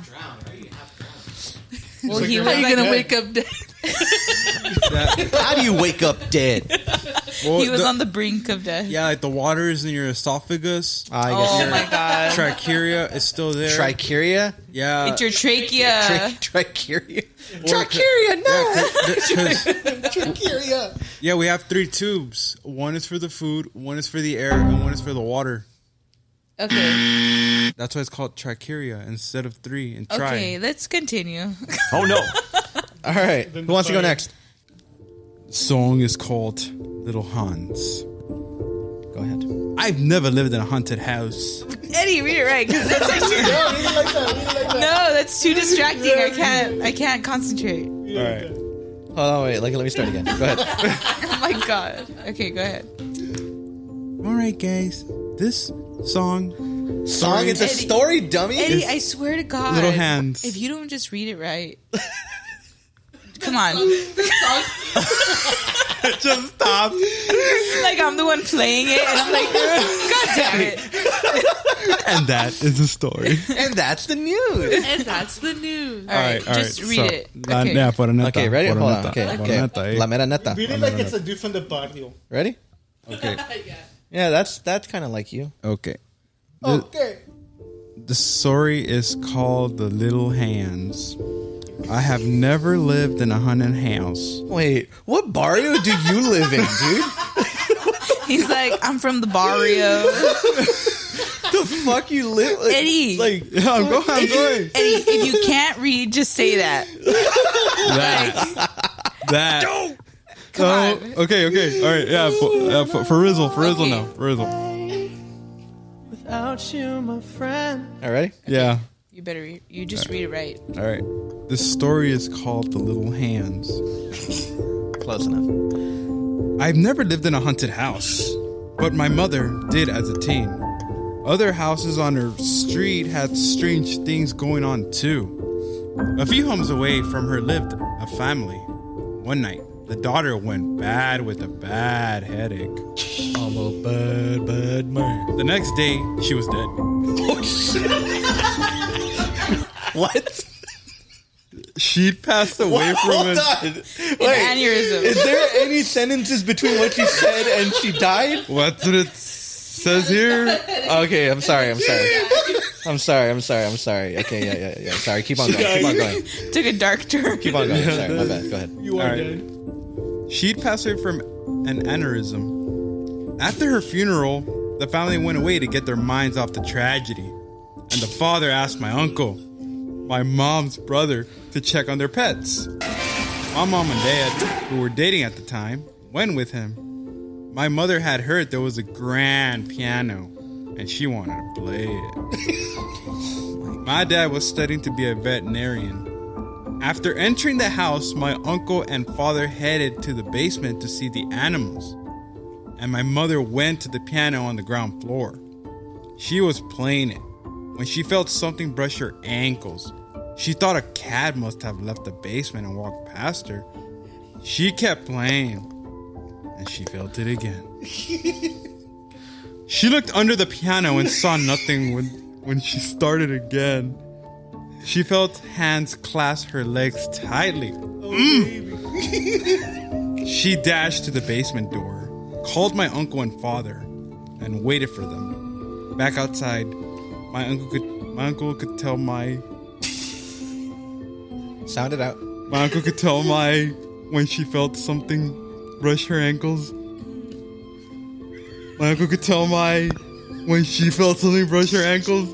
A: Well,
H: he
I: How
H: was
I: are
H: like
I: you gonna
H: dead.
I: wake up dead?
E: How do you wake up dead?
G: Well,
H: he was on the brink of death.
G: yeah, like the water is in your esophagus.
E: I guess
H: Oh
E: you're-
H: my god.
G: Trachea is still there.
E: Tricheria?
G: yeah.
H: it's your trachea.
E: Tri- tricheria?
G: Or-
E: Tricheria, no!
G: Yeah, 'cause- 'cause- yeah, we have three tubes. One is for the food, one is for the air, and one is for the water.
H: okay.
G: That's why it's called tricheria instead of three and try.
H: Okay, let's continue.
F: Oh no!
E: All right. Who wants to go next?
G: Song is called Little Hans.
E: Go ahead.
G: I've never lived in a haunted house.
H: Eddie, read it right because that's like too. no, that's too distracting. I can't. I can't concentrate.
E: All right. Hold on, wait. Like, let me start again. Go ahead.
H: oh my god. Okay, go ahead.
G: All right, guys. This song.
E: Song? It's a
H: Eddie-
E: story, dummy.
H: Eddie, I swear to God.
G: Little hands.
H: If you don't just read it right. Come on.
G: just stop.
H: like I'm the one playing it, and I'm like, God damn it.
G: and that is the story.
E: and that's the news.
H: And that's the news.
G: All right, all right.
H: just read
G: So,
H: it.
G: la-
H: okay.
G: yeah, por neta,
E: Okay, ready?
G: por
E: Hold on.
G: neta,
E: Okay,
G: por
E: okay.
G: neta, eh.
E: La mera neta.
A: Read it like it's a dude from the barrio.
E: Ready? Okay. Yeah, that's that's kind of like you.
G: Okay. The,
A: Okay.
G: the story is called The Little Hands. I have never lived in a haunted house.
E: Wait, what barrio do you live in, dude?
H: He's like, I'm from the barrio.
E: the fuck you live? Like,
H: Eddie.
E: like
G: I'm going. I'm going.
H: Eddie, if you can't read, just say that.
G: That. that.
H: Come
G: Oh,
H: on.
G: okay, okay. All right. Yeah, for, uh, for, for Rizzle. For
H: Okay.
G: Rizzle now. For Rizzle.
I: Without you, my friend.
E: all right.
G: Yeah.
H: You better read. You just read it right.
G: All right. The story is called The Little Hands.
E: Close enough.
G: I've never lived in a haunted house, but my mother did as a teen. Other houses on her street had strange things going on too. A few homes away from her lived a family. One night, the daughter went bad with a bad headache.
E: I'm a bad, bad man.
G: The next day, she was dead.
E: What?
G: She passed away from
E: Hold
G: it.
E: on. Wait,
H: aneurysm.
E: is there any sentences between what you said and she died?
G: What's what it says here?
E: Okay, I'm sorry. I'm sorry. I'm sorry. I'm sorry. I'm sorry. Okay, yeah, yeah, yeah. Sorry. Keep on going. Keep on going.
H: Took a dark turn.
E: Keep on going. Sorry, my bad. Go ahead.
A: You
G: All
A: are
G: right.
A: dead.
G: She'd passed away from an aneurysm. After her funeral, the family went away to get their minds off the tragedy. And the father asked my uncle, my mom's brother, to check on their pets. My mom and dad, who were dating at the time, went with him. My mother had heard there was a grand piano, and she wanted to play it. my dad was studying to be a veterinarian. After entering the house, my uncle and father headed to the basement to see the animals, and my mother went to the piano on the ground floor. She was playing it when she felt something brush her ankles. She thought a cat must have left the basement and walked past her. She kept playing, and she felt it again. she looked under the piano and saw nothing when, when she started again. She felt hands clasp her legs tightly.
A: Oh,
G: Mm. she dashed to the basement door, called my uncle and father, and waited for them. Back outside, my uncle could my uncle could tell my
E: Sound it out.
G: my uncle could tell my when she felt something brush her ankles. My uncle could tell my when she felt something brush her ankles.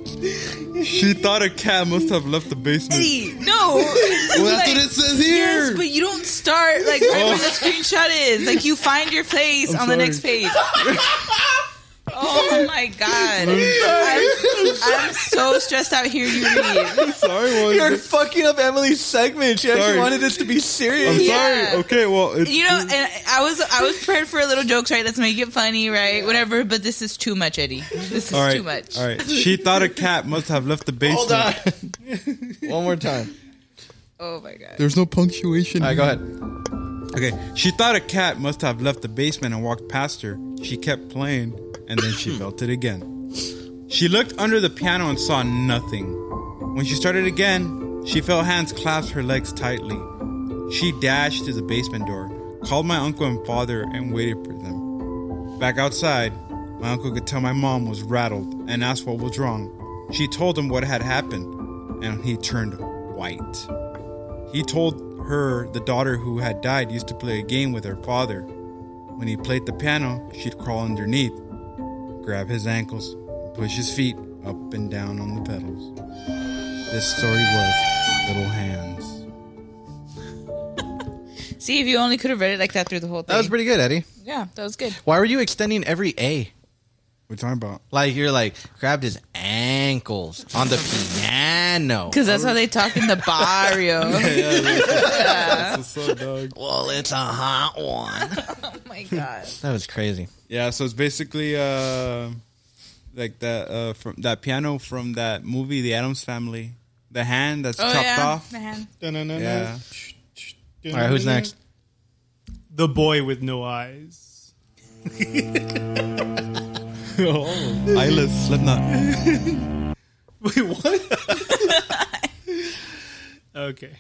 G: She thought a cat must have left the basement.
H: Eddie, no. well,
G: that's what it says here.
H: Yes, but you don't start like right where the screenshot is. Like you find your place on the
G: Oh. sorry.
H: next page. oh my god. I'm, I'm so stressed out here you read.
G: Sorry, well,
E: You're fucking up Emily's segment. She actually
G: Sorry.
E: wanted this to be
G: I'm
E: serious.
H: Yeah.
G: sorry. Okay, well, it's,
H: You know, and I was I was prepared for a little jokes, right? Let's make it funny, right? Whatever, but this is too much, Eddie. This is
G: all right,
H: too much.
G: All right. She thought a cat must have left the basement.
E: Hold on. One more time.
H: Oh my god.
G: There's no punctuation.
E: All right, go ahead.
G: Okay. She thought a cat must have left the basement and walked past her. She kept playing, and then she felt it again. She looked under the piano and saw nothing. When she started again, she felt hands clasp her legs tightly. She dashed to the basement door, called my uncle and father, and waited for them. Back outside, my uncle could tell my mom was rattled and asked what was wrong. She told him what had happened, and he turned white. He told her the daughter who had died used to play a game with her father. When he played the piano, she'd crawl underneath, grab his ankles, and push his feet up and down on the pedals. This story was Little Hands.
H: See if you only could have read it like that through the whole thing.
G: Uh,
E: That was pretty good, Eddie.
H: yeah, that was good.
E: Why were you extending every A?
G: We're talking about
E: Like you're like grabbed his ankles on the piano
H: Because that's how they talk in the barrio.
E: Well, it's a hot one.
H: oh my god.
E: That was crazy.
G: Yeah, so it's basically uh, like that uh, from that piano from that movie, The Adams Family. The hand
H: Oh,
G: that's chopped off. Yeah.
A: All
G: All right, who's next?
A: The boy with no eyes.
G: oh, eyeless Slipknot.
A: Wait, what? okay.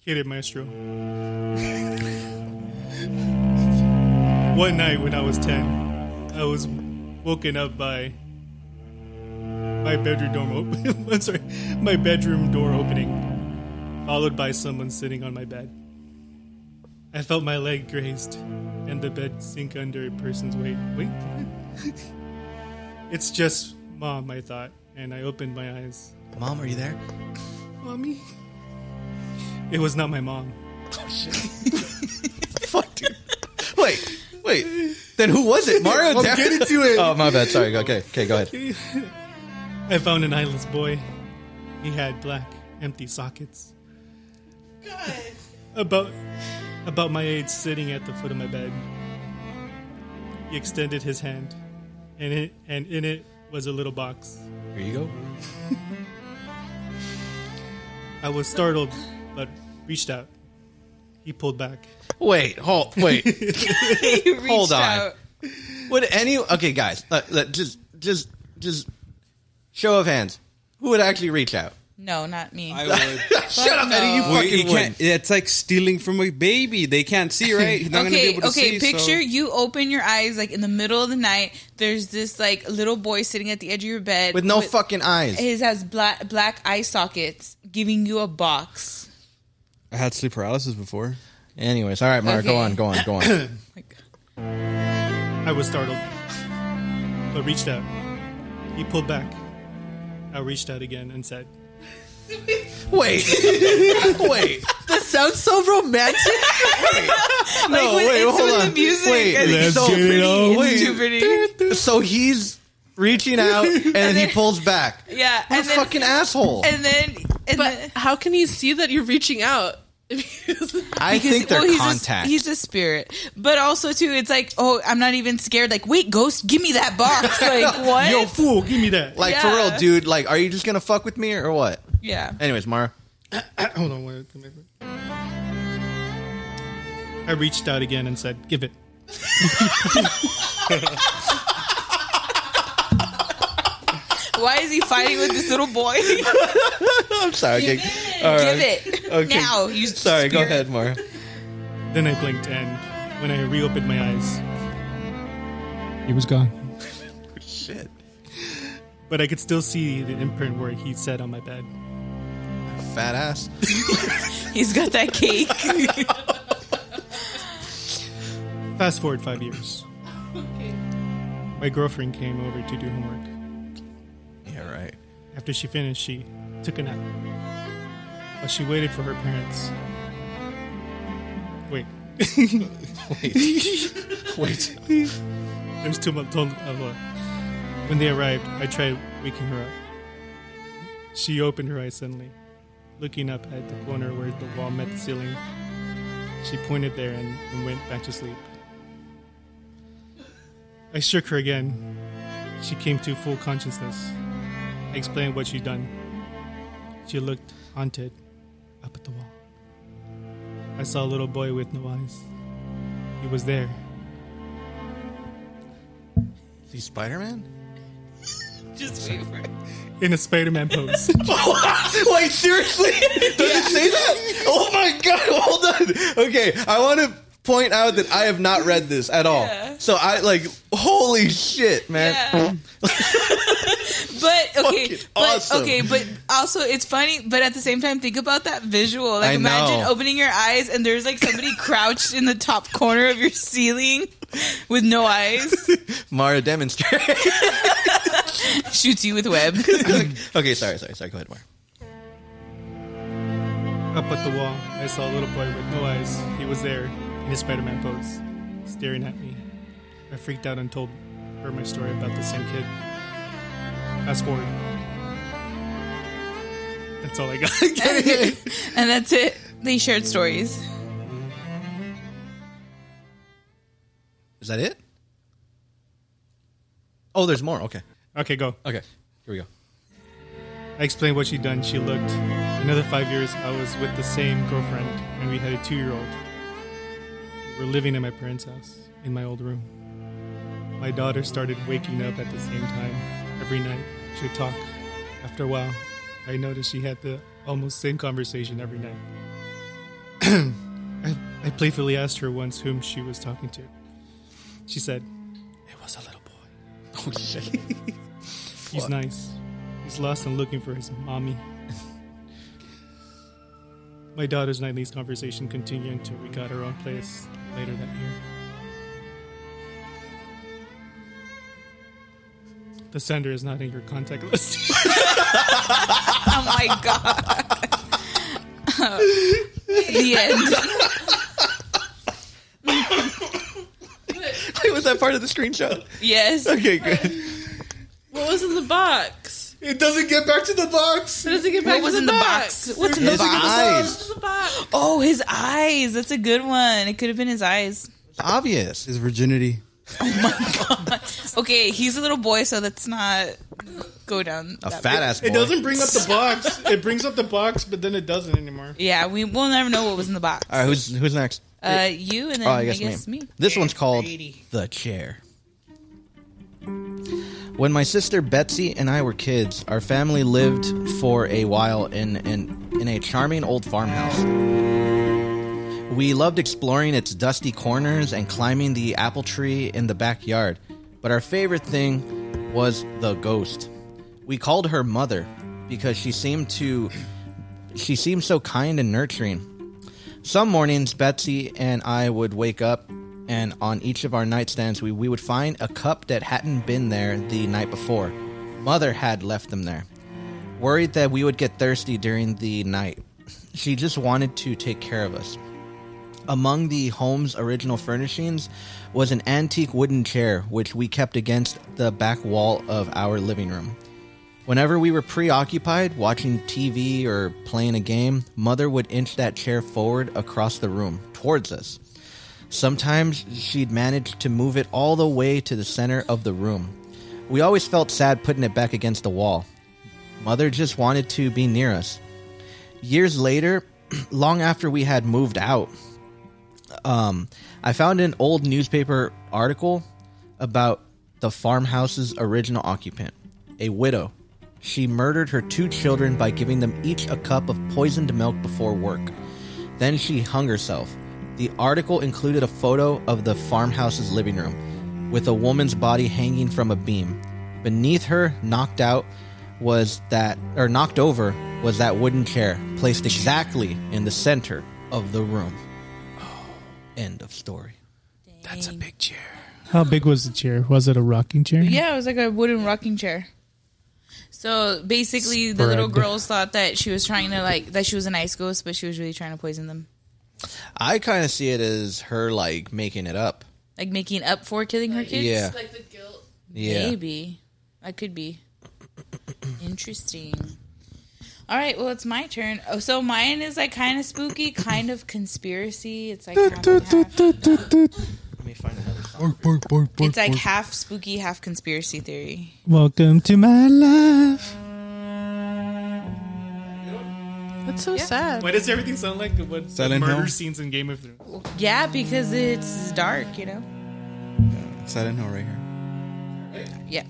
A: Hit it, maestro. One night when I was 10, I was woken up by my bedroom door open. I'm sorry, my bedroom door opening, followed by someone sitting on my bed. I felt my leg grazed and the bed sink under a person's weight. Wait. it's just mom, I thought, and I opened my eyes.
E: Mom, are you there?
A: Mommy. It was not my mom. Oh shit.
E: Fuck dude. Wait, wait. Then who was it? Mario
A: I'm
E: Dad-
A: getting to it.
E: Oh my bad. Sorry. Okay. Okay, go ahead.
A: I found an eyeless boy. He had black, empty sockets. About about my age, sitting at the foot of my bed. He extended his hand, and it and in it was a little box.
E: Here you go.
A: I was startled, but reached out. He pulled back.
E: Wait, hold wait. hold on.
A: out.
E: Would any Okay, guys. Let, let- just just just show of hands. Who would actually reach out?
H: No, not me.
G: I would.
H: Shut up, Eddie.
G: Well, you can't, it's like stealing from a baby. They can't see, right? He's not gonna be
H: okay,
G: able to
H: okay.
G: see, so-
H: picture you open your eyes like in the middle of the night. There's this like little boy sitting at the edge of your bed
E: With no fucking eyes.
H: His has black black eye sockets, giving you a box.
G: I had sleep paralysis before.
E: Anyways, all right, Mario, go
H: Okay.
E: on, go on, go on.
A: I was startled, but reached out. He pulled back. I reached out again and said,
E: Wait, wait.
H: That sounds so romantic.
E: no, Oh, wait, hold on. Wait,
K: Let's
E: so
K: get it
E: pretty.
K: on.
E: It's
K: Wait.
E: too pretty. So he's reaching out and then he pulls back.
H: Yeah,
E: What a fucking asshole.
H: And then, and
I: but how can he see that you're reaching out?
E: I think they're
H: oh, he's a-
E: contact.
H: he's a spirit, but also too, it's like, oh, I'm not even scared. Like, wait, ghost, give me that box. Like, what?
E: Yo,
A: fool, give me that.
E: Like for
H: Yeah.
E: real, dude. Like, are you just gonna fuck with me or what?
H: Yeah.
E: Anyways, Mara.
A: Hold on, wait. I reached out again and said, "Give it."
H: Why is he fighting with this little boy?
E: I'm sorry. okay. All
H: Give
E: right.
H: it now. You
E: sorry. Go
H: spirit.
E: ahead, Mara.
A: Then I blinked, and when I reopened my eyes, he was gone.
E: Shit.
A: But I could still see the imprint where he sat on my bed.
E: Fat ass.
H: He's got that cake.
A: Fast forward five years. My girlfriend came over to do homework.
E: Yeah, right.
A: After she finished, she took a nap. While she waited for her parents. Wait.
E: Wait. Wait.
A: There's too much. Told, uh, look. when they arrived, I tried waking her up. She opened her eyes suddenly, looking up at the corner where the wall met the ceiling. She pointed there and, and went back to sleep. I shook her again. She came to full consciousness. I explained what she'd done. She looked haunted up at the wall. I saw a little boy with no eyes. He was there.
E: Is he Spider Man?
H: Just wait for it.
A: in a Spider-Man pose.
E: Wait, seriously? Does it say that? Oh my god! Hold on. Okay, I want to point out that I have not read this at all. So I like, holy shit, man.
H: But okay,
E: Fucking
H: but
E: awesome.
H: okay, but also it's funny. But at the same time, think about that visual. Like
E: I
H: imagine
E: know.
H: opening your eyes and there's like somebody crouched in the top corner of your ceiling with no eyes,
E: Mara demonstrate.
H: shoots you with web.
E: okay, sorry, sorry, sorry. Go ahead, Mara.
A: Up at the wall, I saw a little boy with no eyes. He was there in his Spider-Man pose, staring at me. I freaked out and told heard my story about the same kid. Fast forward. That's all I got.
H: and that's it. They shared stories.
E: Is that it? Oh, there's more. Okay.
A: Okay, go.
E: Okay. Here we go.
A: I explained what she'd done. She looked. Another five years, I was with the same girlfriend, and we had a two year old. We were living at my parents' house in my old room. My daughter started waking up at the same time every night. She would talk. After a while, I noticed she had the almost same conversation every night. I, I playfully asked her once whom she was talking to. She said, It was a little boy. Oh, shit. He's nice. He's lost and looking for his mommy. My daughter's nightly's conversation continued until we got our own place later that year. The sender is not in your contact list.
H: oh my god. the end.
E: Wait, was that part of the screenshot?
L: Yes.
E: Okay, good.
L: What was in the box?
F: It doesn't get back to the box.
L: It doesn't get
H: What
L: back
H: was
L: to
H: in
L: the,
H: the
L: box.
H: box? What's in the
L: It doesn't get
E: eyes.
L: to the box.
H: Oh, his eyes. That's a good one. It could have been his eyes.
E: It's obvious.
G: His virginity.
H: Okay, he's a little boy, so let's not go down.
E: A
H: that
E: fat
H: route.
E: ass boy.
A: It doesn't bring up the box. It brings up the box, but then it doesn't anymore.
H: Yeah, we will never know what was in the box.
E: All right, who's who's next?
H: Uh, you and then
E: oh,
H: I guess, me.
E: This one's called The Chair. When my sister Betsy and I were kids, our family lived for a while in an in a charming old farmhouse. We loved exploring its dusty corners and climbing the apple tree in the backyard, but our favorite thing was the ghost. We called her mother because she seemed to she seemed so kind and nurturing. Some mornings, Betsy and I would wake up, and on each of our nightstands, we, we would find a cup that hadn't been there the night before. Mother had left them there, worried that we would get thirsty during the night. She just wanted to take care of us. Among the home's original furnishings was an antique wooden chair, which we kept against the back wall of our living room. Whenever we were preoccupied watching TV or playing a game, Mother would inch that chair forward across the room towards us. Sometimes she'd manage to move it all the way to the center of the room. We always felt sad putting it back against the wall. Mother just wanted to be near us. Years later, long after we had moved out, um, I found an old newspaper article about the farmhouse's original occupant, a widow. She murdered her two children by giving them each a cup of poisoned milk before work. Then she hung herself. The article included a photo of the farmhouse's living room, with a woman's body hanging from a beam. Beneath her, knocked out, was that, or knocked over, was that wooden chair placed exactly in the center of the room. Oh, End of story. That's a big chair.
A: How big was the chair? Was it a rocking chair?
H: Yeah, it was like a wooden rocking chair. So basically, the
A: Spread.
H: little girls thought that she was trying to like that she was an ice ghost, but she was really trying to poison them,
E: I kind of see it as her like making it up.
H: like making up for killing her kids.
E: Yeah.
L: Like the guilt.
E: Yeah.
H: maybe I could be interesting. All right, well, it's my turn. Oh, so mine is like kind of spooky, kind of conspiracy. It's like half and half.
E: Let me find another song.
H: it's like half spooky, half conspiracy theory.
A: Welcome to my life.
I: That's so sad.
A: Why does everything sound like the what
G: Silent
A: murder
G: Hill?
A: scenes in Game of Thrones?
H: Yeah, because it's dark, you know?
G: Silent Hill right here.
H: Yeah.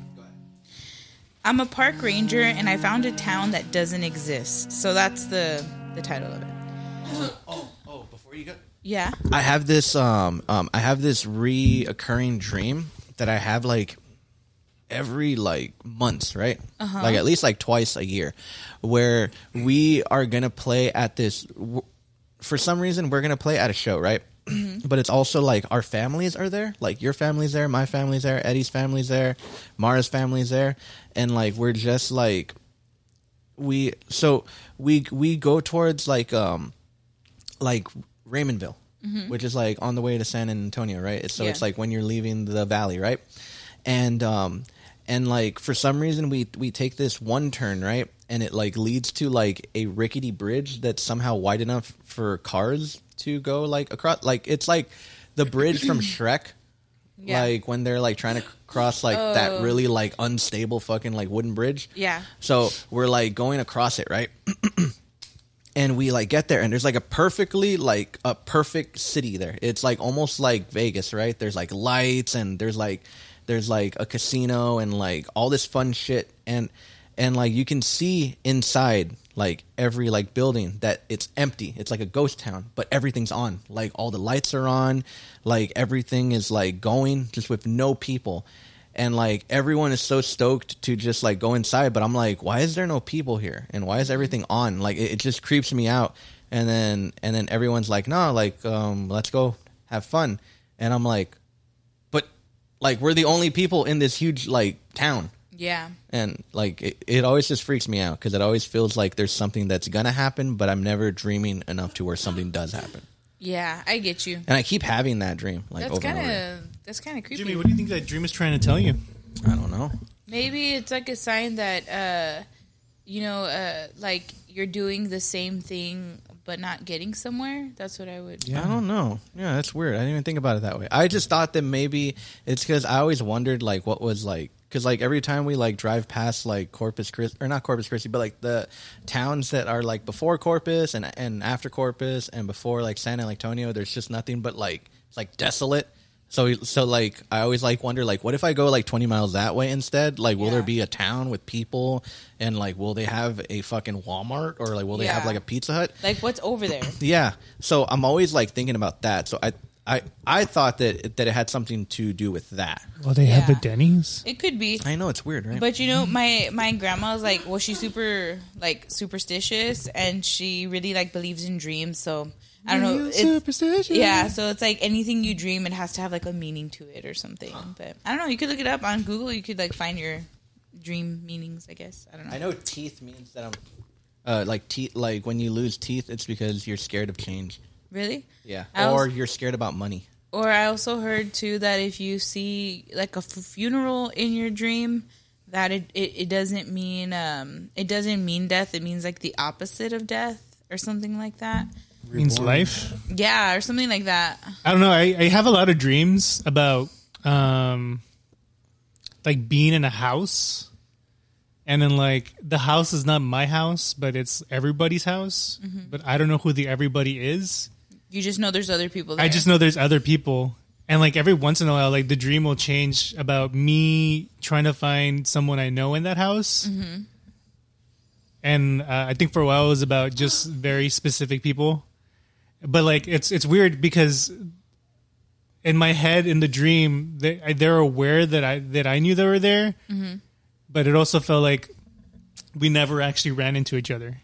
H: I'm a park ranger and I found a town that doesn't exist. So that's the the title of it.
E: Oh, before you go.
H: Yeah.
E: I have this um um I have this reoccurring dream that I have like every like months, right?
H: Uh-huh.
E: Like at least like twice a year, where we are gonna play at this. w- For some reason, we're gonna play at a show, right? But it's also like our families are there, like your family's there, my family's there, Eddie's family's there, Mara's family's there, and like we're just like we so we we go towards like um like Raymondville,
K: Mhm.
H: Mm-hmm.
E: which is like on the way to San Antonio, right? It's, so
K: Yeah.
E: it's like when you're leaving the valley, right? and um and like for some reason we we take this one turn right and it like leads to like a rickety bridge that's somehow wide enough for cars to go like across like it's like the bridge from Shrek
H: Yeah.
E: like when they're like trying to c- cross like that
H: Oh.
E: really like unstable fucking like wooden bridge
H: Yeah.
E: so we're like going across it right and we like get there and there's like a perfectly like a perfect city there it's like almost like vegas right there's like lights and there's like there's like a casino and like all this fun shit and and like you can see inside like every like building that it's empty it's like a ghost town but everything's on like all the lights are on like everything is like going just with no people and like everyone is so stoked to just like go inside but i'm like why is there no people here and why is everything on like it, it just creeps me out and then and then everyone's like no like um let's go have fun and i'm like but like we're the only people in this huge like town
H: Yeah.
E: and like it, it always just freaks me out because it always feels like there's something that's gonna happen but i'm never dreaming enough to where something does happen
H: Yeah, I get you.
E: and i keep having that dream like
H: that's
E: over and
H: kind
E: over
H: of that's kind of creepy.
A: Jimmy, what do you think that dream is trying to tell you?
E: I don't know.
H: Maybe it's like a sign that uh you know uh like you're doing the same thing but not getting somewhere. That's what I would
E: I don't know. Yeah, that's weird. I didn't even think about it that way. I just thought that maybe it's because I always wondered like what was like because like every time we like drive past like Corpus Christi or not Corpus Christi, but like the towns that are like before Corpus and and after Corpus and before like San Antonio, there's just nothing but like it's like desolate. So so like I always like wonder like what if I go like 20 miles that way instead? Like will there be a town with people and like will they have a fucking Walmart or like will they have
H: Yeah.
E: like a Pizza Hut?
H: Like what's over there?
E: Yeah. So I'm always like thinking about that. So I I I thought that that it had something to do with that.
A: Well, they have the Denny's.
H: It could be.
E: I know it's weird, right?
H: But you know, my my grandma was like, well, she's super like superstitious, and she really like believes in dreams. So I don't know,
K: Real
H: it's,
K: superstitious.
H: Yeah, so it's like anything you dream, it has to have like a meaning to it or something. But I don't know. You could look it up on Google. You could like find your dream meanings. I guess I don't know.
E: I know teeth means that I'm uh, like teeth like when you lose teeth, it's because you're scared of change.
H: Really?
E: Yeah.
H: I
E: or
H: was-
E: you're scared about money.
H: Or I also heard too that if you see like a f- funeral in your dream, that it, it, it doesn't mean um it doesn't mean death. It means like the opposite of death or something like that.
A: Means life.
H: Yeah, or something like that.
A: I don't know. I, I have a lot of dreams about um, like being in a house, and then like the house is not my house, but it's everybody's house.
H: Mhm.
A: But I don't know who the everybody is.
H: You just know there's other people. There.
A: I just know there's other people, and like every once in a while, like the dream will change about me trying to find someone I know in that house.
H: Mhm.
A: and uh, I think for a while it was about just very specific people. But like it's it's weird because in my head in the dream they I- they're aware that I that I knew they were there,
H: Mhm.
A: but it also felt like we never actually ran into each other.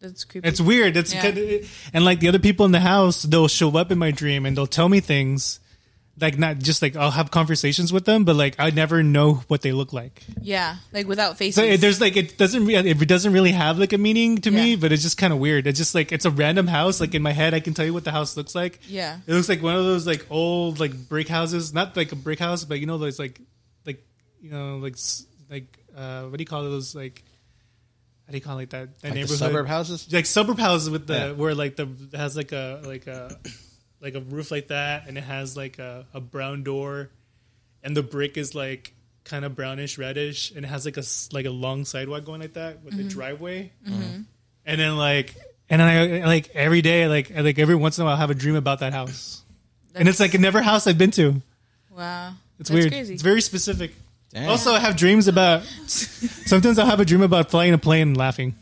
H: That's creepy.
A: It's weird. That's
H: Yeah.
A: and like the other people in the house, they'll show up in my dream and they'll tell me things. Like not just like I'll have conversations with them, but like I never know what they look like.
H: yeah, like without faces.
A: So it, there's like it doesn't re- it doesn't really have like a meaning to me, but it's just kind of weird. It's just like it's a random house. Like in my head, I can tell you what the house looks like.
H: Yeah.
A: it looks like one of those like old like brick houses, not like a brick house, but you know those like like you know like s- like uh, what do you call those like how do you call it, like that that
E: Like the
A: neighborhood
E: suburb houses?
A: like suburb houses with the
E: Yeah.
A: where like the it has like a like a like a roof like that, and it has like a, a brown door, and the brick is like kind of brownish reddish, and it has like a s- like a long sidewalk going like that with
K: Mhm.
A: the driveway,
H: Mm-hmm.
K: Mhm.
A: and then like and then I like every day like I- like every once in a while I have a dream about that house, and it's like never house I've been to.
H: wow. That's
A: It's weird.
H: Crazy.
A: It's very specific. Also, I have dreams about. sometimes I'll have a dream about flying a plane and laughing.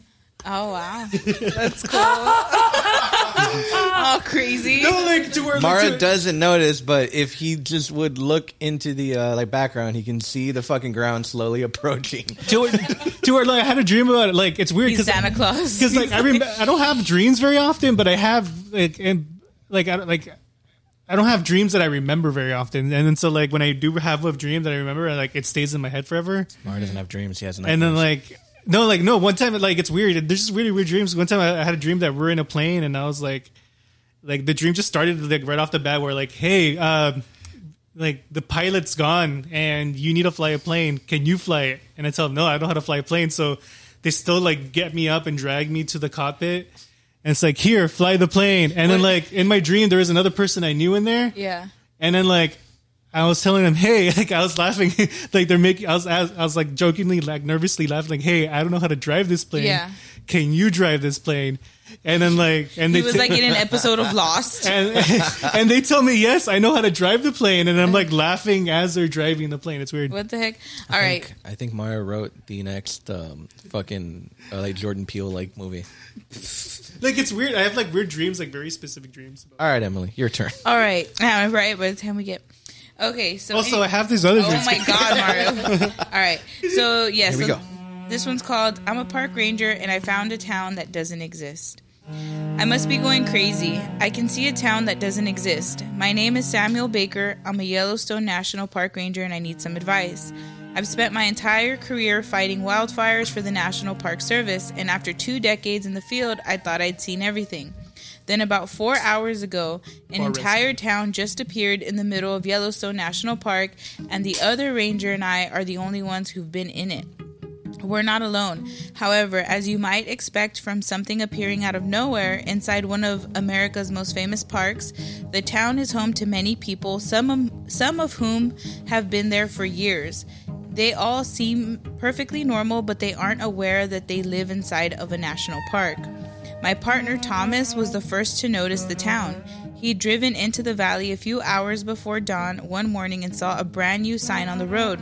H: Oh wow, that's cool. oh crazy.
A: No, like to where
E: Mara
A: like, to-
E: doesn't notice, but if he just would look into the uh, like background, he can see the fucking ground slowly approaching.
A: to, to where like I had a dream about it. Like it's weird because
H: Santa Claus.
A: Because like I remember, I don't have dreams very often, but I have like and like I don't- like I don't have dreams that I remember very often, and then so like when I do have a dream that I remember, like it stays in my head forever.
E: Mara doesn't have dreams; he has
A: And then like no, like no. One time, like it's weird. There's just really weird dreams. One time, I, I had a dream that we're in a plane, and I was like, like the dream just started like right off the bat, where like, hey, uh, like the pilot's gone and you need to fly a plane. Can you fly it? And I tell them, no, I don't know how to fly a plane. So they still like get me up and drag me to the cockpit. And it's like, here, fly the plane. And then like in my dream, there was another person I knew in there.
H: Yeah.
A: And then like I was telling them, hey, like I was laughing, like they're making. I was, I was I was like jokingly, like nervously laughing, like, hey, I don't know how to drive this plane.
H: Yeah.
A: Can you drive this plane? And then like, and
H: He
A: they
H: was
A: t-
H: like in an episode of Lost.
A: and, and they tell me yes, I know how to drive the plane, and I'm like laughing as they're driving the plane. It's weird.
H: What the heck? All right.
E: I think Mara wrote the next um, fucking uh, like Jordan Peele like movie.
A: Like it's weird. I have like weird dreams, like very specific dreams. About
E: All right, Emily, your turn.
H: All right. Now, right by the time we get. Okay. So
A: Also,
H: any-
A: I have these other
H: Oh
A: things.
H: my god, Mario! All right. So yeah.
A: Here
H: so
A: we go.
H: This one's called "I'm a Park Ranger and I found a town that doesn't exist." I must be going crazy. I can see a town that doesn't exist. My name is Samuel Baker. I'm a Yellowstone National Park Ranger and I need some advice. I've spent my entire career fighting wildfires for the National Park Service, and after two decades in the field, I thought I'd seen everything. Then, about four hours ago, an
M: Far
H: entire town just appeared in the middle of Yellowstone National Park, and the other ranger and I are the only ones who've been in it. We're not alone. However, as you might expect from something appearing out of nowhere inside one of America's most famous parks, the town is home to many people, some of, some of whom have been there for years. They all seem perfectly normal, but they aren't aware that they live inside of a national park. My partner Thomas was the first to notice the town. He'd driven into the valley a few hours before dawn one morning and saw a brand new sign on the road.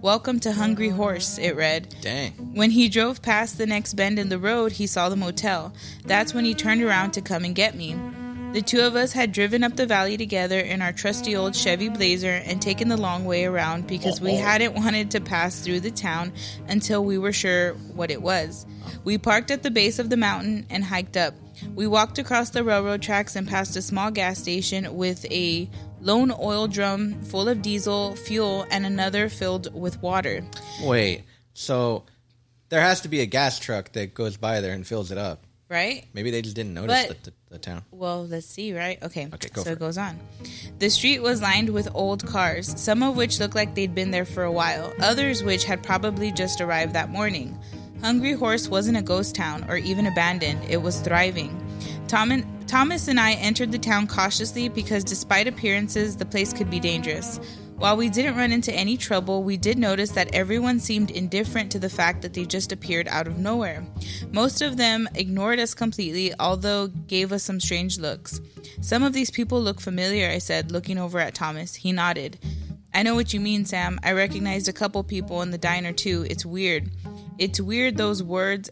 H: Welcome to Hungry Horse, it read.
E: Dang.
H: When he drove past the next bend in the road, he saw the motel. That's when he turned around to come and get me. The two of us had driven up the valley together in our trusty old Chevy Blazer and taken the long way around because we
M: Uh-oh.
H: hadn't wanted to pass through the town until we were sure what it was. We parked at the base of the mountain and hiked up. We walked across the railroad tracks and past a small gas station with a lone oil drum full of diesel fuel and another filled with water.
E: Wait, so there has to be a gas truck that goes by there and fills it up.
H: Right?
E: Maybe they just didn't notice
H: But-
E: the, the, the town.
H: Well, let's see, right? Okay.
E: Okay, go
H: so
E: for
H: it,
E: it.
H: goes on. The street was lined with old cars, some of which looked like they'd been there for a while, others which had probably just arrived that morning. Hungry Horse wasn't a ghost town or even abandoned, it was thriving. Tom and, Thomas and I entered the town cautiously because, despite appearances, the place could be dangerous. While we didn't run into any trouble, we did notice that everyone seemed indifferent to the fact that they just appeared out of nowhere. Most of them ignored us completely, although gave us some strange looks. Some of these people look familiar, I said, looking over at Thomas. He nodded. I know what you mean, Sam. I recognized a couple people in the diner too. It's weird. It's weird those words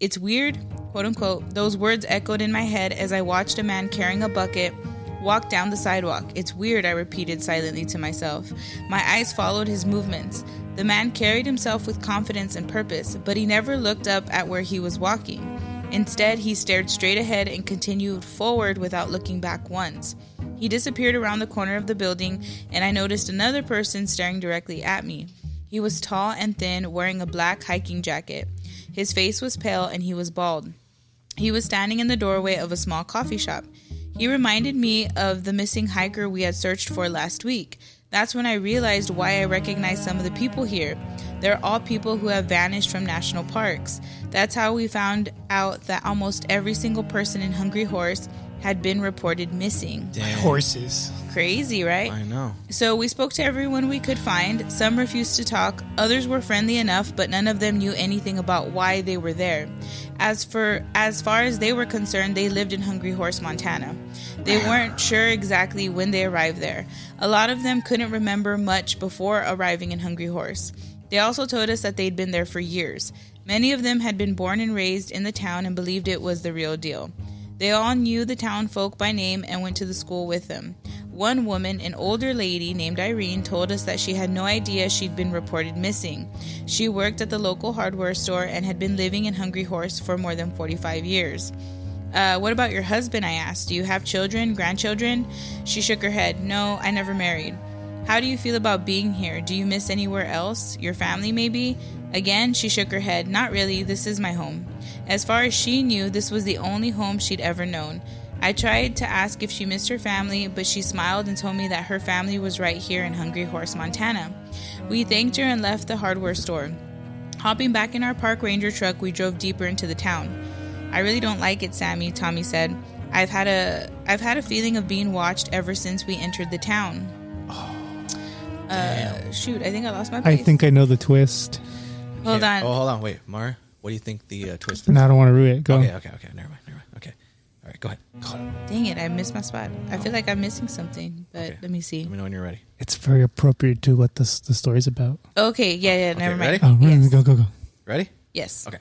H: it's weird, quote unquote, those words echoed in my head as I watched a man carrying a bucket walk down the sidewalk. It's weird, I repeated silently to myself. My eyes followed his movements. The man carried himself with confidence and purpose, but he never looked up at where he was walking. Instead, he stared straight ahead and continued forward without looking back once. He disappeared around the corner of the building, and I noticed another person staring directly at me. He was tall and thin, wearing a black hiking jacket. His face was pale and he was bald. He was standing in the doorway of a small coffee shop. He reminded me of the missing hiker we had searched for last week. That's when I realized why I recognized some of the people here. They're all people who have vanished from national parks. That's how we found out that almost every single person in Hungry Horse had been reported missing.
A: Horses.
H: Crazy, right?
E: I know.
H: So we spoke to everyone we could find. Some refused to talk, others were friendly enough, but none of them knew anything about why they were there. As for as far as they were concerned, they lived in Hungry Horse, Montana. They weren't sure exactly when they arrived there. A lot of them couldn't remember much before arriving in Hungry Horse. They also told us that they'd been there for years. Many of them had been born and raised in the town and believed it was the real deal. They all knew the town folk by name and went to the school with them. One woman, an older lady named Irene, told us that she had no idea she'd been reported missing. She worked at the local hardware store and had been living in Hungry Horse for more than 45 years. Uh, what about your husband? I asked. Do you have children, grandchildren? She shook her head. No, I never married. How do you feel about being here? Do you miss anywhere else? Your family, maybe? Again, she shook her head. Not really. This is my home. As far as she knew, this was the only home she'd ever known. I tried to ask if she missed her family, but she smiled and told me that her family was right here in Hungry Horse, Montana. We thanked her and left the hardware store. Hopping back in our park ranger truck, we drove deeper into the town. I really don't like it, Sammy, Tommy said. I've had a I've had a feeling of being watched ever since we entered the town.
E: Oh,
H: uh, shoot, I think I lost my
A: I
H: place.
A: think I know the twist.
H: Hold on.
E: Oh, hold on. Wait, Mara, what do you think the uh, twist is?
A: No, I don't wanna ruin it. Go.
E: Okay, okay, okay. Never mind, never mind. Okay. All right, go ahead. Go ahead.
H: Dang it, I missed my spot. I feel like I'm missing something, but let me see.
E: Let me know when you're ready.
A: It's very appropriate to what this the story's about.
H: Okay, yeah, yeah, never mind.
A: Oh, really? Go, go, go.
E: Ready?
H: Yes.
E: Okay.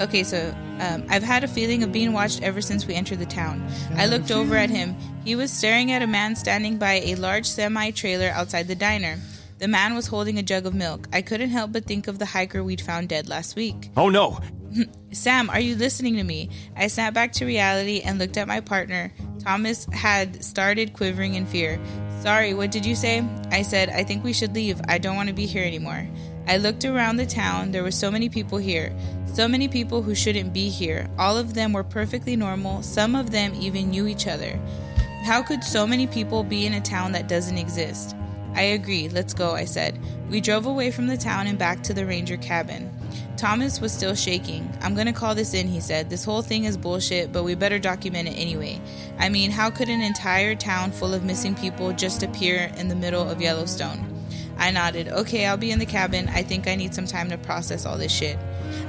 H: Okay, so um, I've had a feeling of being watched ever since we entered the town. I looked over at him. He was staring at a man standing by a large semi trailer outside the diner. The man was holding a jug of milk. I couldn't help but think of the hiker we'd found dead last week.
M: Oh no!
H: Sam, are you listening to me? I snapped back to reality and looked at my partner. Thomas had started quivering in fear. Sorry, what did you say? I said, I think we should leave. I don't want to be here anymore. I looked around the town. There were so many people here. So many people who shouldn't be here. All of them were perfectly normal. Some of them even knew each other. How could so many people be in a town that doesn't exist? I agree, let's go, I said. We drove away from the town and back to the ranger cabin. Thomas was still shaking. I'm gonna call this in, he said. This whole thing is bullshit, but we better document it anyway. I mean, how could an entire town full of missing people just appear in the middle of Yellowstone? I nodded. Okay, I'll be in the cabin. I think I need some time to process all this shit.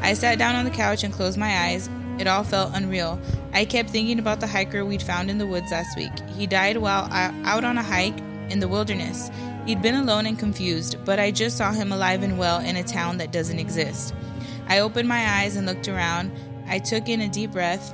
H: I sat down on the couch and closed my eyes. It all felt unreal. I kept thinking about the hiker we'd found in the woods last week. He died while I- out on a hike in the wilderness. He'd been alone and confused, but I just saw him alive and well in a town that doesn't exist. I opened my eyes and looked around. I took in a deep breath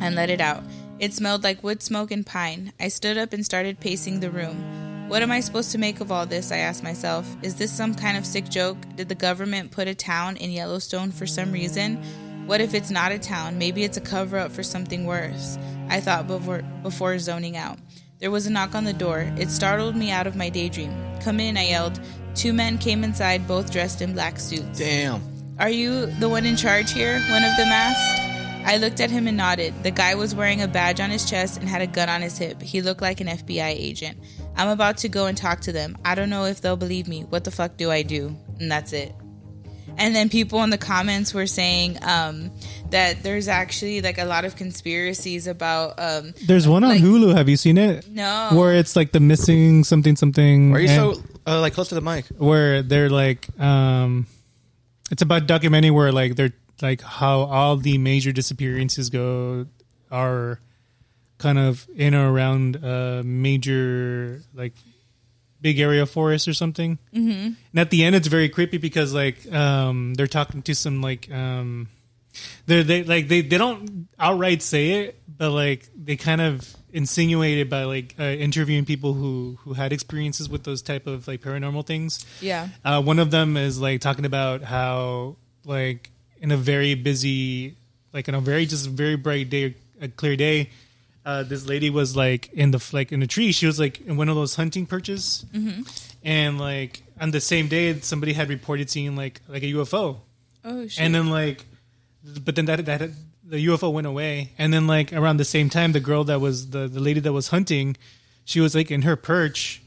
H: and let it out. It smelled like wood smoke and pine. I stood up and started pacing the room. What am I supposed to make of all this? I asked myself. Is this some kind of sick joke? Did the government put a town in Yellowstone for some reason? What if it's not a town? Maybe it's a cover up for something worse. I thought before, before zoning out. There was a knock on the door. It startled me out of my daydream. Come in, I yelled. Two men came inside, both dressed in black suits.
E: Damn.
H: Are you the one in charge here? One of them asked. I looked at him and nodded. The guy was wearing a badge on his chest and had a gun on his hip. He looked like an FBI agent. I'm about to go and talk to them. I don't know if they'll believe me. What the fuck do I do? And that's it. And then people in the comments were saying um, that there's actually like a lot of conspiracies about. Um,
A: There's one on Hulu. Have you seen it?
H: No.
A: Where it's like the missing something something.
E: Why are you
A: Mm, and-
E: so uh, like close to the mic?
A: where they're like um it's about documentary where like they're like how all the major disappearances go are kind of in or around a major like big area of forest or something
K: Mhm.
A: and at the end it's very creepy because like um they're talking to some like um they're they like they, they don't outright say it but like they kind of insinuate it by like uh, interviewing people who who had experiences with those type of like paranormal things
H: Yeah.
A: uh, one of them is like talking about how like in a very busy like in a very just very bright day a clear day uh, this lady was like in the like in a tree she was like in one of those hunting perches
K: Mhm.
A: Mm-hmm. and like on the same day somebody had reported seeing like like a ufo
K: Oh, shit.
A: and then like but then that that the ufo went away and then like around the same time the girl that was the the lady that was hunting she was like in her perch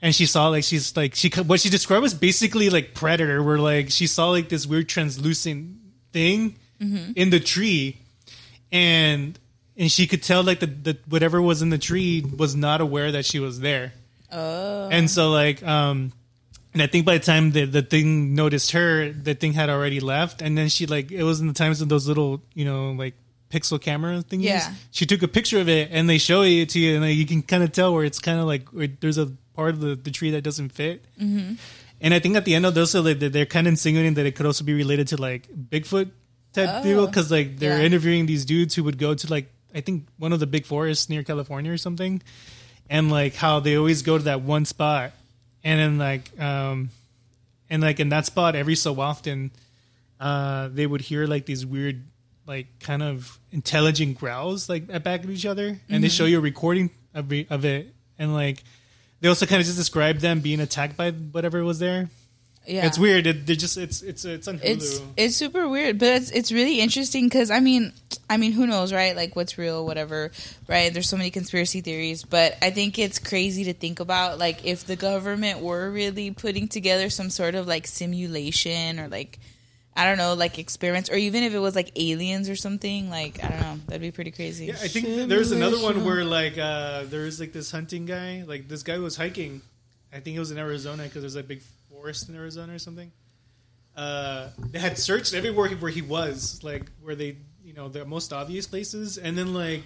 A: and she saw like she's like she what she described was basically like predator where like she saw like this weird translucent thing
K: Mhm.
A: in the tree and and she could tell like the, the whatever was in the tree was not aware that she was there
H: Oh.
A: and so like um and I think by the time the, the thing noticed her, the thing had already left. And then she like it was in the times of those little, you know, like pixel camera thingies.
K: Yeah.
A: She took a picture of it and they show it to you and like, you can kind of tell where it's kind of like where there's a part of the, the tree that doesn't fit.
K: Mhm.
A: And I think at the end of those, so like, they're- they're kind of insinuating that it could also be related to like Bigfoot type
K: Oh.
A: deal because like they're
K: Yeah.
A: interviewing these dudes who would go to like I think one of the big forests near California or something, and like how they always go to that one spot, and then like um, and like in that spot every so often, uh, they would hear like these weird like kind of intelligent growls like at back of each other, and they
H: Mm-hmm.
K: Mhm.
A: show you a recording of re- of it, and like they also kind of just describe them being attacked by whatever was there.
H: Yeah.
A: It's weird. It, they just it's it's it's on Hulu.
H: It's it's super weird, but it's it's really interesting because I mean, I mean, who knows, right? Like what's real, whatever, right? There's so many conspiracy theories, but I think it's crazy to think about, like if the government were really putting together some sort of like simulation or like I don't know, like experiments, or even if it was like aliens or something, like I don't know, that'd be pretty crazy.
A: I think there's another one where like uh, there is like this hunting guy. Like this guy was hiking. I think it was in Arizona because there's a big forest in Arizona or something. Uh, they had searched everywhere he- where he was, like where they you know the most obvious places, and then like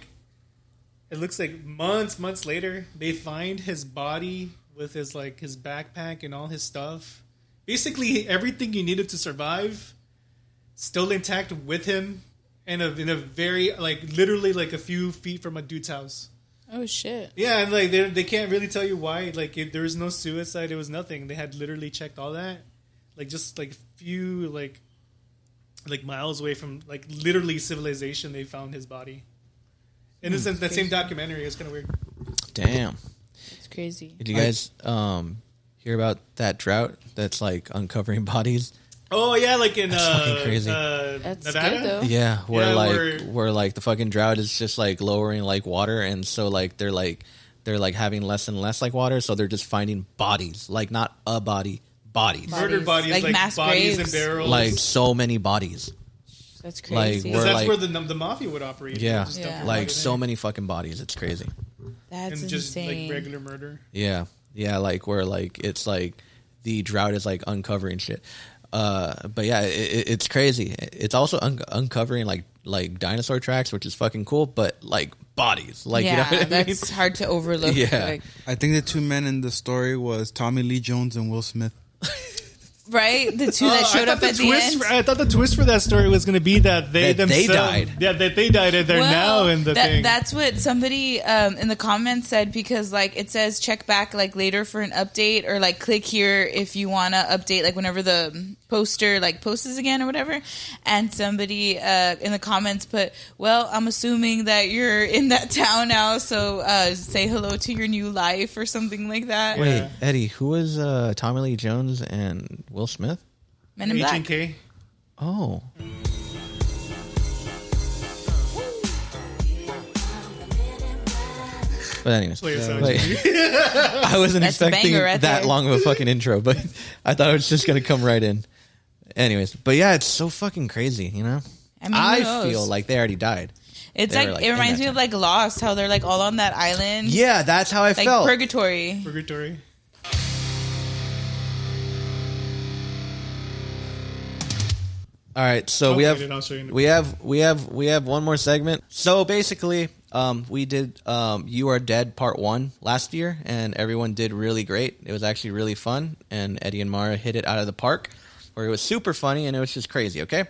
A: it looks like months months later they find his body with his like his backpack and all his stuff. Basically everything you needed to survive still intact with him and a, in a very like literally like a few feet from a dude's house
H: Oh shit!
A: yeah and like they, they can't really tell you why like it, there was no suicide it was nothing they had literally checked all that like just like few like like miles away from like literally civilization they found his body and it's
H: Hmm.
A: in that same documentary it's kind of weird
E: Damn.
H: It's crazy.
E: Did you guys um, hear about that drought that's like uncovering bodies?
A: oh yeah like in
E: That's
A: uh,
E: fucking crazy.
A: uh
H: That's
A: Nevada?
H: good, though.
E: Yeah, where
A: Yeah,
E: like
A: where-
E: where, like the fucking drought is just like lowering like water, and so like they're like they're like having less and less like water, so they're just finding bodies, like not a body, bodies,
A: murdered bodies like,
H: Like mass
A: bodies
H: graves.
A: and barrels
E: like so many bodies.
H: That's
E: Like,
H: crazy.
E: we're,
A: that's
E: like
A: where the, the mafia would operate
E: yeah,
A: Just dump your
E: like
A: body
E: so
A: there.
E: many fucking bodies. It's crazy.
H: That's
A: and just
H: insane.
A: like regular murder
E: Yeah. Yeah, like where like it's like the drought is like uncovering shit. Uh but yeah, it, it's crazy. It's also un- uncovering like like dinosaur tracks, which is fucking cool, but like bodies. Like you know
H: yeah,
E: what I mean?
H: that's hard to overlook.
E: Yeah.
H: like-
G: I think the two men in the story was Tommy Lee Jones and Will Smith.
H: right? The two
A: Oh,
H: that
A: I
H: showed
A: thought
H: up
A: the
H: at the
A: twist
H: end.
A: for- I thought the twist for that story was going to be that they
E: That they
A: themselves
E: died.
A: Yeah, that they died, and they're
H: Well,
A: now in the
H: that-
A: thing.
H: That's what somebody um, in the comments said because like it says check back like later for an update or like click here if you want to update like whenever the poster like posts again or whatever. And somebody uh, in the comments put, "Well, I'm assuming that you're in that town now, so uh, say hello to your new life or something like that."
E: Wait, Eddie, who was uh Tommy Lee Jones and Will Smith?
H: Men in Black.
A: K.
E: Oh. But anyways,
A: Play a sound
E: like- I wasn't
H: That's a
E: expecting
H: banger right
E: that
H: there.
E: long of a fucking intro, but I thought it was just gonna come right in. Anyways, but yeah, it's so fucking crazy, you know.
H: I mean, who knows?
E: feel like they already died.
H: It's
E: They
H: like,
E: were,
H: it
E: in
H: reminds
E: that
H: me of like Lost, how they're like all on that island.
E: time. Yeah, that's how I
H: Like
E: felt.
H: purgatory.
A: Purgatory.
E: All right, so we
A: I'll
E: have
A: find it, I'll show you in a
E: we have we have we have one more segment. So basically, um, we did um, "You Are Dead" part one last year, and everyone did really great. It was actually really fun, and Eddie and Mara hit it out of the park, where it was super funny and it was just crazy. Okay,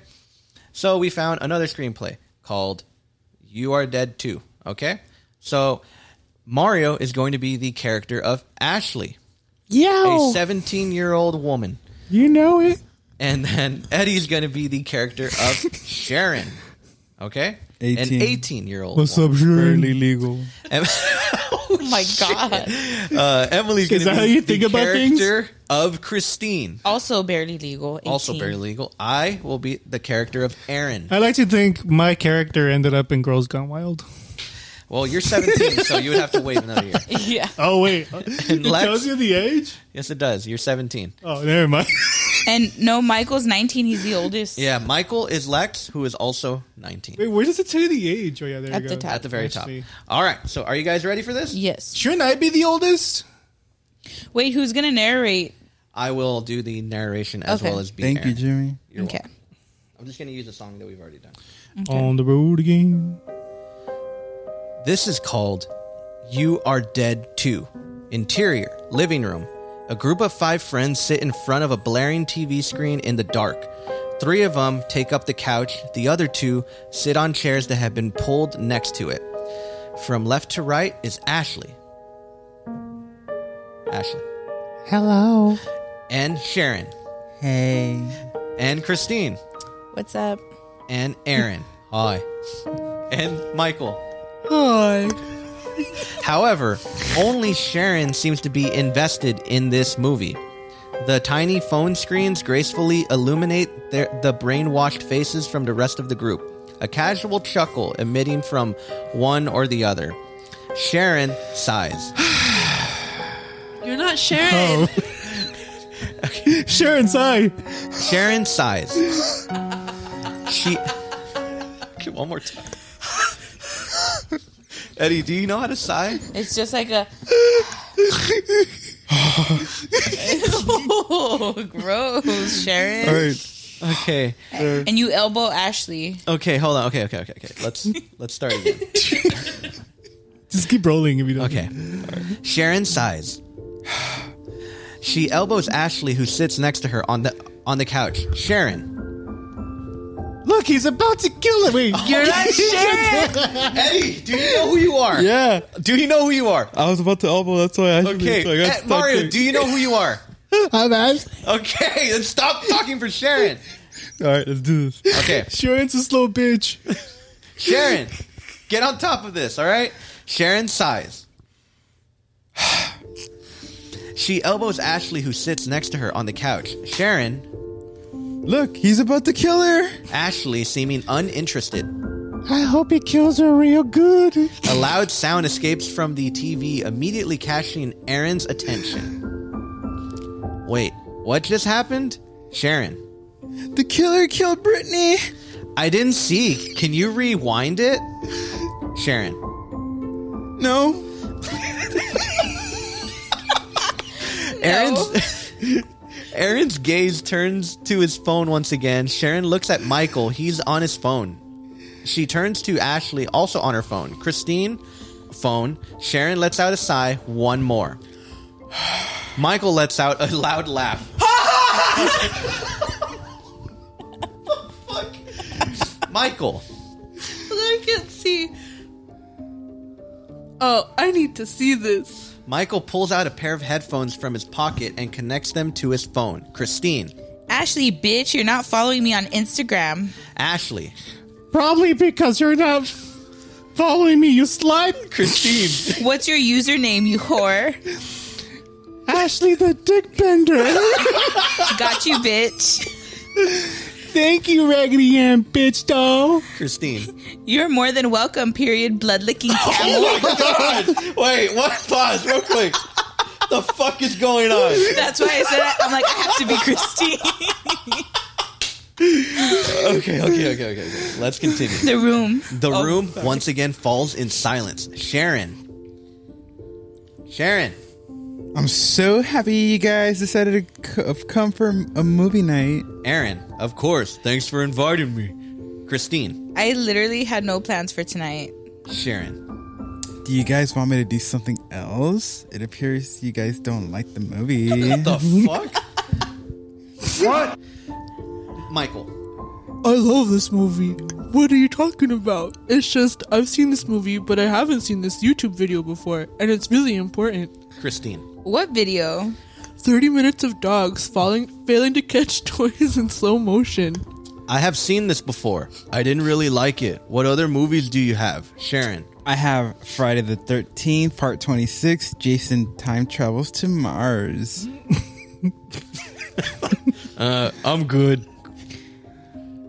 E: so we found another screenplay called "You Are Dead 2." Okay, so Mario is going to be the character of Ashley, a
M: Yeah.
E: 17 year old woman.
M: You know it.
E: And then Eddie's going to be the character of Sharon. Okay? An
G: 18.
E: 18 year old.
G: What's up, Sharon? Barely legal.
E: oh
H: my god.
E: Uh, Emily's going
M: Is
E: to
M: that
E: be
M: how you
E: the
M: think about things?
E: character of Christine.
H: Also barely legal. 18.
E: Also very legal. I will be the character of Aaron.
A: I like to think my character ended up in Girls Gone Wild.
E: Well, you're 17, so you would have to wait another year.
H: Yeah.
A: Oh wait, it
E: Lex-
A: tells you the age.
E: Yes, it does. You're 17.
A: Oh, never mind.
H: And no, Michael's 19. He's the oldest.
E: Yeah, Michael is Lex, who is also 19.
A: Wait, where does it tell you the age? Oh yeah, there
H: At
A: you
H: the
A: go.
H: top.
E: At the very top.
A: Actually.
E: All right. So, are you guys ready for this?
H: Yes.
A: Shouldn't I be the oldest?
H: Wait, who's going to narrate?
E: I will do the narration as
H: Okay.
E: well as be
G: Thank you,
E: Aaron.
G: Jimmy.
E: You're
H: okay.
E: welcome. I'm just going to use a song that we've already done.
A: On the road again.
E: This is called You Are Dead Too. Interior, living room. A group of five friends sit in front of a blaring TV screen in the dark. Three of them take up the couch, the other two sit on chairs that have been pulled next to it. From left to right is Ashley. Ashley.
M: Hello.
E: And Sharon.
G: Hey.
E: And Christine.
H: What's up?
E: And Aaron. Hi. And Michael.
M: Hi.
E: However, only Sharon seems to be invested in this movie. The tiny phone screens gracefully illuminate their, the brainwashed faces from the rest of the group, a casual chuckle emitting from one or the other. Sharon sighs.
L: You're not Sharon.
I: Oh.
E: Sharon sigh. Sharon sighs. She. Okay, one more time. Eddie, do you know how to sigh?
H: It's just like a. oh, gross, Sharon.
E: Okay.
H: And you elbow Ashley.
E: Okay, hold on. Okay, okay, okay, okay. Let's let's start again.
A: Just keep rolling if you don't.
E: Okay. Sharon sighs. She elbows Ashley, who sits next to her on the on the couch. Sharon. Look, he's about to kill me.
K: You're not
E: Sharon. Eddie, do you know who you are?
G: Yeah.
E: Do you know who you are?
G: I was about to elbow. That's why I.
E: Okay,
G: so I got
E: eh,
G: stuck
E: Mario,
G: there.
E: do you know who you are?
M: I'm Ash.
E: Okay, then stop talking for Sharon.
G: All right, let's do this.
E: Okay.
A: Sharon's a slow bitch.
E: Sharon, get on top of this, all right? Sharon sighs. she elbows Ashley, who sits next to her on the couch. Sharon.
G: Look, he's about to kill her.
E: Ashley, seeming uninterested.
M: I hope he kills her real good.
E: A loud sound escapes from the TV, immediately catching Aaron's attention. Wait, what just happened? Sharon.
G: The killer killed Brittany.
E: I didn't see. Can you rewind it? Sharon.
G: No.
E: Aaron's Aaron's gaze turns to his phone once again. Sharon looks at Michael. He's on his phone. She turns to Ashley, also on her phone. Christine, phone. Sharon lets out a sigh. One more. Michael lets out a loud laugh. Michael.
L: I can't see. Oh, I need to see this.
E: Michael pulls out a pair of headphones from his pocket and connects them to his phone. Christine.
H: Ashley, bitch, you're not following me on Instagram.
E: Ashley.
M: Probably because you're not following me, you slide.
E: Christine.
H: What's your username, you whore?
M: Ashley the dick bender.
H: Got you, bitch.
M: Thank you, Raggedy Ann, bitch doll.
E: Christine.
H: You're more than welcome, period. Blood licking camel.
E: Wait, what? Pause, real quick. the fuck is going on?
H: That's why I said it. I'm like, I have to be Christine.
E: Okay, okay, okay, okay. okay. Let's continue.
H: the room.
E: The
H: Oh,
E: room
H: sorry.
E: once again falls in silence. Sharon. Sharon.
G: I'm so happy you guys decided to c- of come for a movie night.
E: Aaron, of course. Thanks for inviting me. Christine.
H: I literally had no plans for tonight.
E: Sharon.
G: Do you guys want me to do something else? It appears you guys don't like the movie.
E: the fuck? what? Michael.
L: I love this movie. What are you talking about? It's just I've seen this movie, but I haven't seen this YouTube video before, and it's really important.
E: Christine.
H: What video?
L: 30 minutes of dogs falling failing to catch toys in slow motion.
E: I have seen this before. I didn't really like it. What other movies do you have? Sharon.
G: I have Friday the 13th, part 26, Jason time travels to Mars.
E: Uh, I'm good.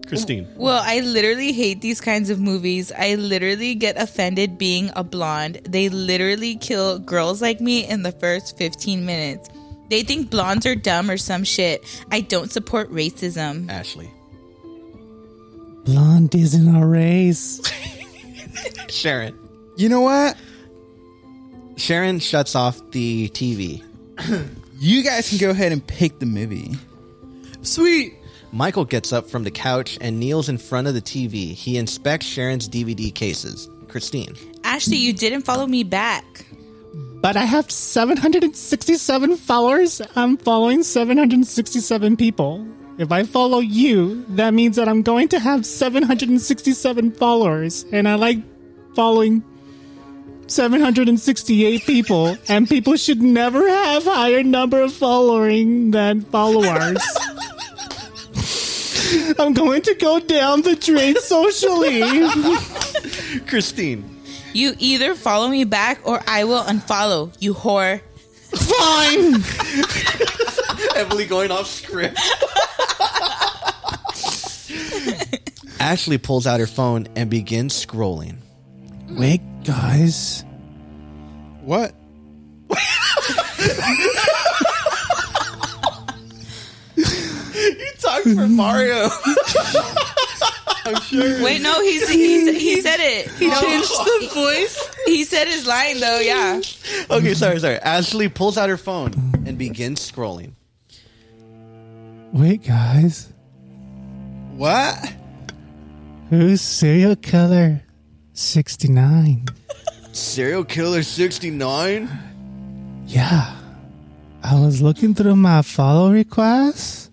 E: Christine.
H: Well, I literally hate these kinds of movies. I literally get offended being a blonde. They literally kill girls like me in the first 15 minutes. They think blondes are dumb or some shit. I don't support racism.
E: Ashley.
M: Blonde isn't a race.
E: Sharon.
G: You know what?
E: Sharon shuts off the TV.
G: You guys can go ahead and pick the movie.
L: Sweet.
E: Michael gets up from the couch and kneels in front of the TV. He inspects Sharon's DVD cases. Christine.
H: Ashley, you didn't follow me back.
M: But I have 767 followers. I'm following 767 people. If I follow you, that means that I'm going to have 767 followers. And I like following 768 people. and people should never have higher number of following than followers. I'm going to go down the drain socially.
E: Christine.
H: You either follow me back or I will unfollow, you whore.
M: Fine.
E: heavily going off script. Ashley pulls out her phone and begins scrolling. Wait, guys.
G: What?
E: you talk for Mario.
H: I'm sure. Wait, no, he's, he's he said it. He changed the voice. He said his line though. Yeah.
E: Okay, sorry, sorry. Ashley pulls out her phone and begins scrolling.
M: Wait, guys.
E: What?
M: Who's serial killer 69?
E: Serial killer 69?
M: Yeah. I was looking through my follow requests,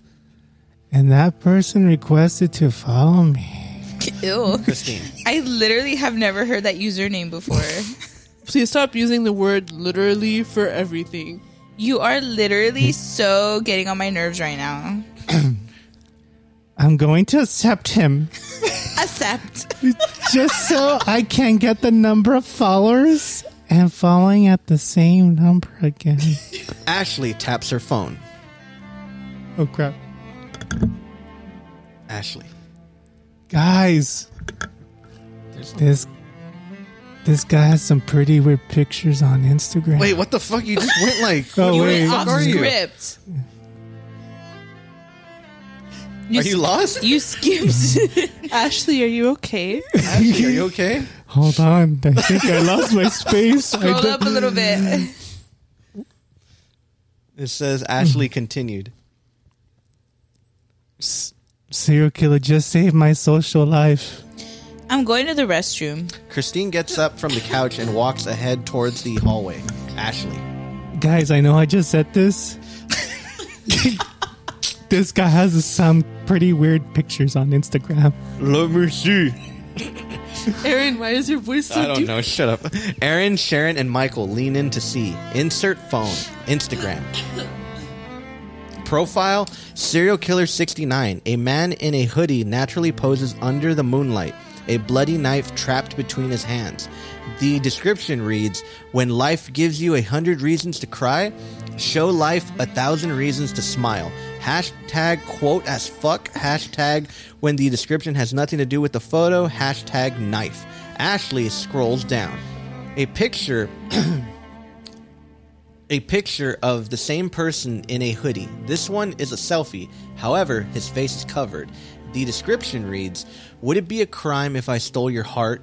M: and that person requested to follow me.
H: Ew.
E: Christine.
H: I literally have never heard that username before.
L: Please stop using the word literally for everything.
H: You are literally so getting on my nerves right now.
M: I'm going to accept him
H: Accept.
M: just so I can get the number of followers and following at the same number again.
E: Ashley taps her phone.
M: Oh, crap.
E: Ashley.
M: Guys, this this guy has some pretty weird pictures on Instagram.
E: Wait, what the fuck? You just went like.
M: Oh,
E: what the
M: wait.
E: fuck
M: Off
E: are you?
H: Script.
E: Are you lost?
H: You skipped.
I: Ashley, are you okay?
E: Ashley, are you okay?
M: Hold on, I think I lost my space. I
H: Scroll
M: don't-
H: up a little bit.
E: It says Ashley continued.
M: S- serial killer just saved my social life.
H: I'm going to the restroom.
E: Christine gets up from the couch and walks ahead towards the hallway. Ashley.
M: Guys, I know I just said this. this guy has some pretty weird pictures on Instagram.
E: Let me see.
L: Aaron, why is your voice so
E: I don't
L: deep?
E: know. Shut up. Aaron, Sharon, and Michael lean in to see. Insert phone. Instagram. Profile Serial Killer 69. A man in a hoodie naturally poses under the moonlight, a bloody knife trapped between his hands. The description reads When life gives you a hundred reasons to cry, show life a thousand reasons to smile. Hashtag quote as fuck. Hashtag when the description has nothing to do with the photo. Hashtag knife. Ashley scrolls down. A picture a picture of the same person in a hoodie. This one is a selfie, however, his face is covered. The description reads Would it be a crime if I stole your heart?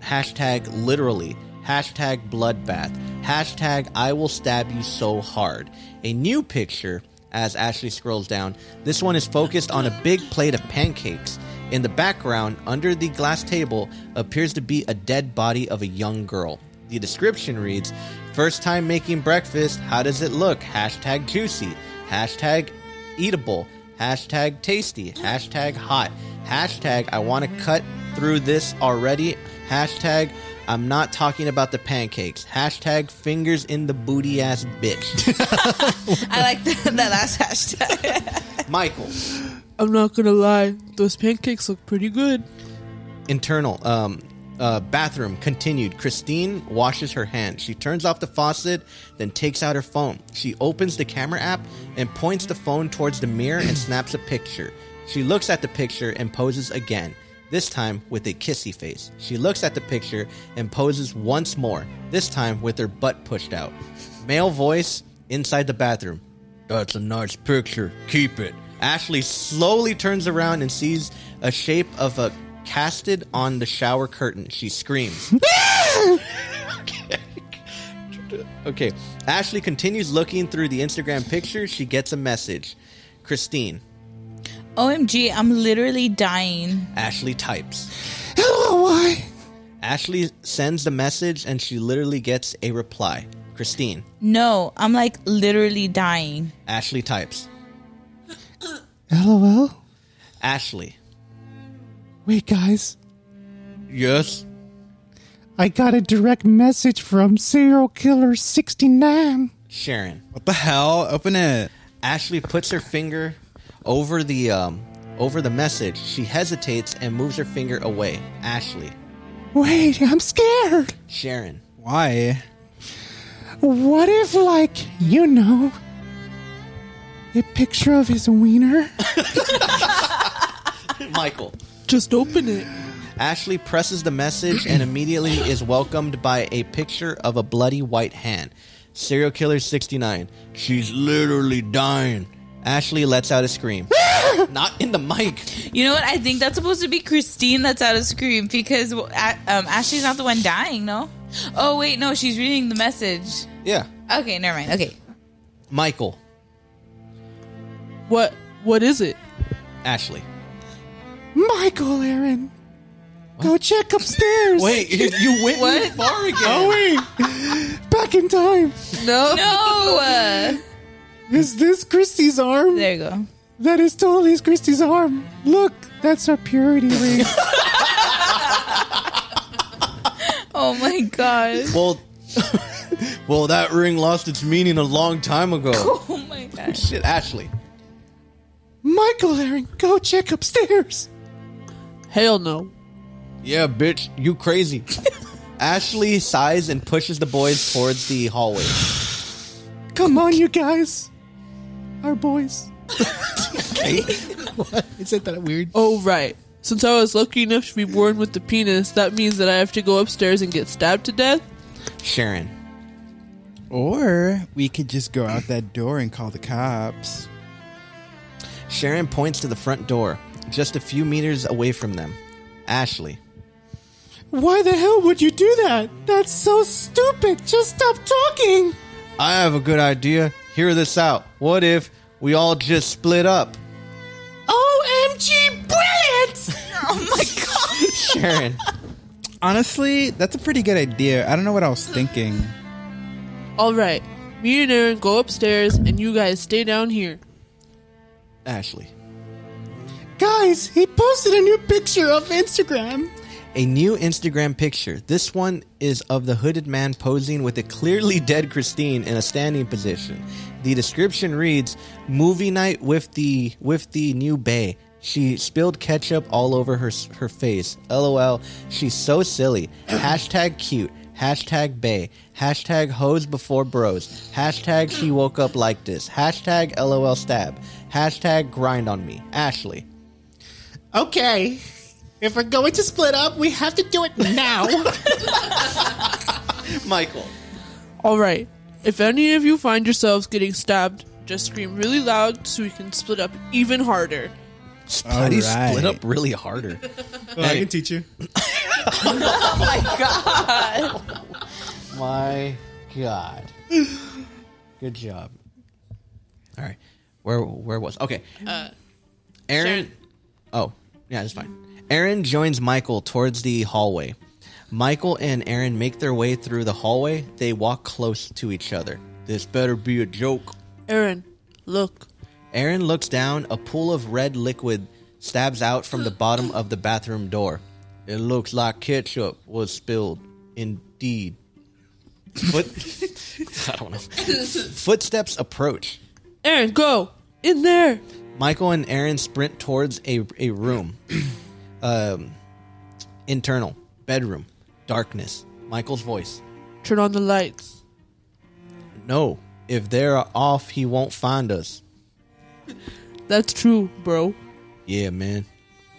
E: Hashtag literally. Hashtag bloodbath. Hashtag I will stab you so hard. A new picture, as Ashley scrolls down, this one is focused on a big plate of pancakes. In the background, under the glass table, appears to be a dead body of a young girl. The description reads First time making breakfast, how does it look? Hashtag juicy. Hashtag eatable. Hashtag tasty. Hashtag hot. Hashtag I want to cut through this already. Hashtag I'm not talking about the pancakes. Hashtag fingers in the booty ass bitch.
H: I like the, that last hashtag.
E: Michael.
L: I'm not gonna lie, those pancakes look pretty good.
E: internal um, uh, bathroom continued christine washes her hands she turns off the faucet then takes out her phone she opens the camera app and points the phone towards the mirror and snaps a picture she looks at the picture and poses again this time with a kissy face she looks at the picture and poses once more this time with her butt pushed out male voice inside the bathroom that's Oh, a nice picture keep it ashley slowly turns around and sees a shape of a casted on the shower curtain. She screams. okay. Ashley continues looking through the Instagram picture. She gets a message. Christine.
H: OMG, I'm literally dying.
E: Ashley types.
M: Hello, why?
E: Ashley sends the message and she literally gets a reply. Christine.
H: No, I'm like literally dying.
E: Ashley types.
M: LOL.
E: Ashley.
M: Wait, guys.
E: Yes.
M: I got a direct message from serial killer 69.
E: Sharon.
G: What the hell? Open it.
E: Ashley puts her finger over the um over the message. She hesitates and moves her finger away. Ashley.
M: Wait, I'm scared.
E: Sharon.
G: Why?
M: What if, like, you know, A picture of his wiener?
E: Michael.
L: Just open it.
E: Ashley presses the message and immediately is welcomed by a picture of a bloody white hand. Serial killer 69. She's literally dying. Ashley lets out a scream. Not in the mic.
H: You know what? I think that's supposed to be Christine that's out of scream because well, A- um, Ashley's not the one dying, no? Oh, wait, no, she's reading the message.
E: Yeah.
H: Okay, never mind. Okay.
E: Michael.
L: What? What is it?
E: Ashley.
M: Michael, Aaron. Go check upstairs.
E: Wait, you- you went
M: What?
E: far again.
M: Oh, wait. Back in time.
H: No. No.
M: Is this Christie's arm?
H: There you go.
M: That is totally Christie's arm. Look, that's her purity ring.
H: Oh my god.
E: Well, well, that ring lost its meaning a long time ago.
H: Oh my god.
E: Shit, Ashley.
M: Michael, Aaron, go check upstairs.
L: Hell no.
E: Yeah, bitch, you crazy. Ashley sighs and pushes the boys towards the hallway.
M: Come on, you guys. Our boys.
L: Is that that weird? Oh right. Since I was lucky enough to be born with the penis, that means that I have to go upstairs and get stabbed to death.
E: Sharon.
G: Or we could just go out that door and call the cops.
E: Sharon points to the front door, just a few meters away from them. Ashley.
M: Why the hell would you do that? That's so stupid. Just stop talking.
E: I have a good idea. Hear this out. What if we all just split up?
M: OMG, brilliant!
H: Oh my god.
E: Sharon.
G: Honestly, that's a pretty good idea. I don't know what I was thinking.
L: All right. Me and Aaron go upstairs, and you guys stay down here.
E: Ashley.
M: Guys, he posted a new picture of Instagram.
E: A new Instagram picture. This one is of the hooded man posing with a clearly dead Christine in a standing position. The description reads: "Movie night with the with the new bay. She spilled ketchup all over her her face. LOL. She's so silly. Hashtag cute. Hashtag bay. Hashtag hoes before bros. Hashtag she woke up like this. Hashtag LOL stab. Hashtag grind on me. Ashley."
M: Okay. If we're going to split up, we have to do it now.
E: Michael.
L: All right. If any of you find yourselves getting stabbed, just scream really loud so we can split up even harder.
E: How do you split up really harder?
A: I can teach you.
H: oh my god.
E: My God. Good job. All right. Where where was okay?
H: Uh,
E: Aaron. Oh yeah, that's fine. Aaron joins Michael towards the hallway. Michael and Aaron make their way through the hallway. They walk close to each other. This better be a joke.
L: Aaron, look.
E: Aaron looks down. A pool of red liquid stabs out from the bottom of the bathroom door. It looks like ketchup was spilled. Indeed. Foot. I don't know. Footsteps approach.
L: Aaron, go in there.
E: Michael and Aaron sprint towards a, a room. um, internal bedroom. Darkness. Michael's voice.
L: Turn on the lights.
E: No, if they're off, he won't find us.
L: That's true, bro.
E: Yeah, man.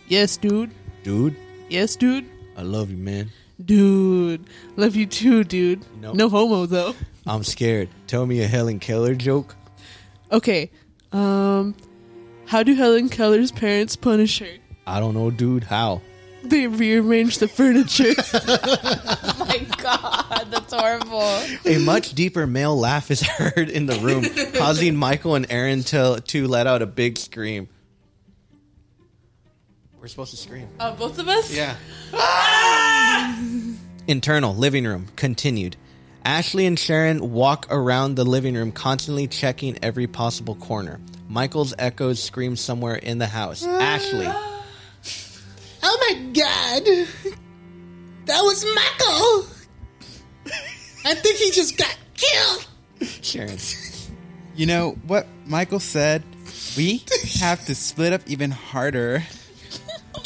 L: Yes, dude.
E: Dude,
L: Yes, dude.
E: I love you, man.
L: Dude, love you too, dude.
E: Nope.
L: No homo though.
E: I'm scared. Tell me a Helen Keller joke.
L: Okay. Um, how do Helen Keller's parents punish her?
E: I don't know, dude. How?
L: They rearrange the furniture.
H: Oh my god. That's horrible.
E: A much deeper male laugh is heard in the room, causing Michael and Aaron to, to let out a big scream. We're supposed to scream.
L: Uh, both of us? Ah!
E: Yeah. Internal living room continued. Ashley and Sharon walk around the living room, constantly checking every possible corner. Michael's echoes scream somewhere in the house. Ashley.
M: Oh my god. That was Michael. I think he just got killed.
E: Sharon.
G: You know what Michael said? We have to split up even harder.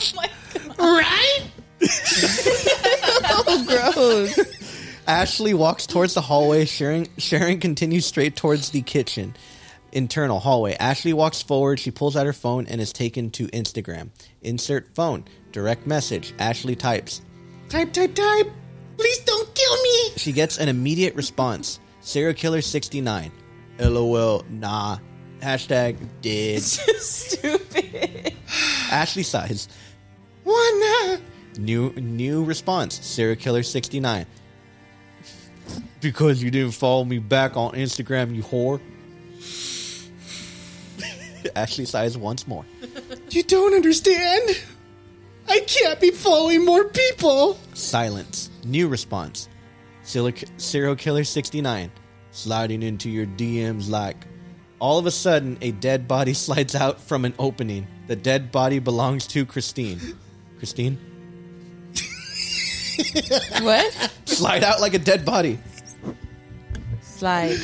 M: Right?
H: oh, gross.
E: Ashley walks towards the hallway. Sharon, Sharon continues straight towards the kitchen. internal hallway. Ashley walks forward. She pulls out her phone and is taken to Instagram. Insert phone. Direct message. Ashley types.
M: Type, type, type. Please don't kill me.
E: She gets an immediate response. Serial killer 69. LOL. Nah. Hashtag dead.
H: Stupid.
E: Ashley sighs.
M: Wanna.
E: New new response. Serial killer 69. Because you didn't follow me back on Instagram, you whore. Ashley sighs once more.
M: You don't understand. I can't be following more people.
E: Silence. New response. Silic- Serial Killer 69 sliding into your DMs like. All of a sudden, a dead body slides out from an opening. The dead body belongs to Christine. Christine?
H: what?
E: Slide out like a dead body.
H: Slide.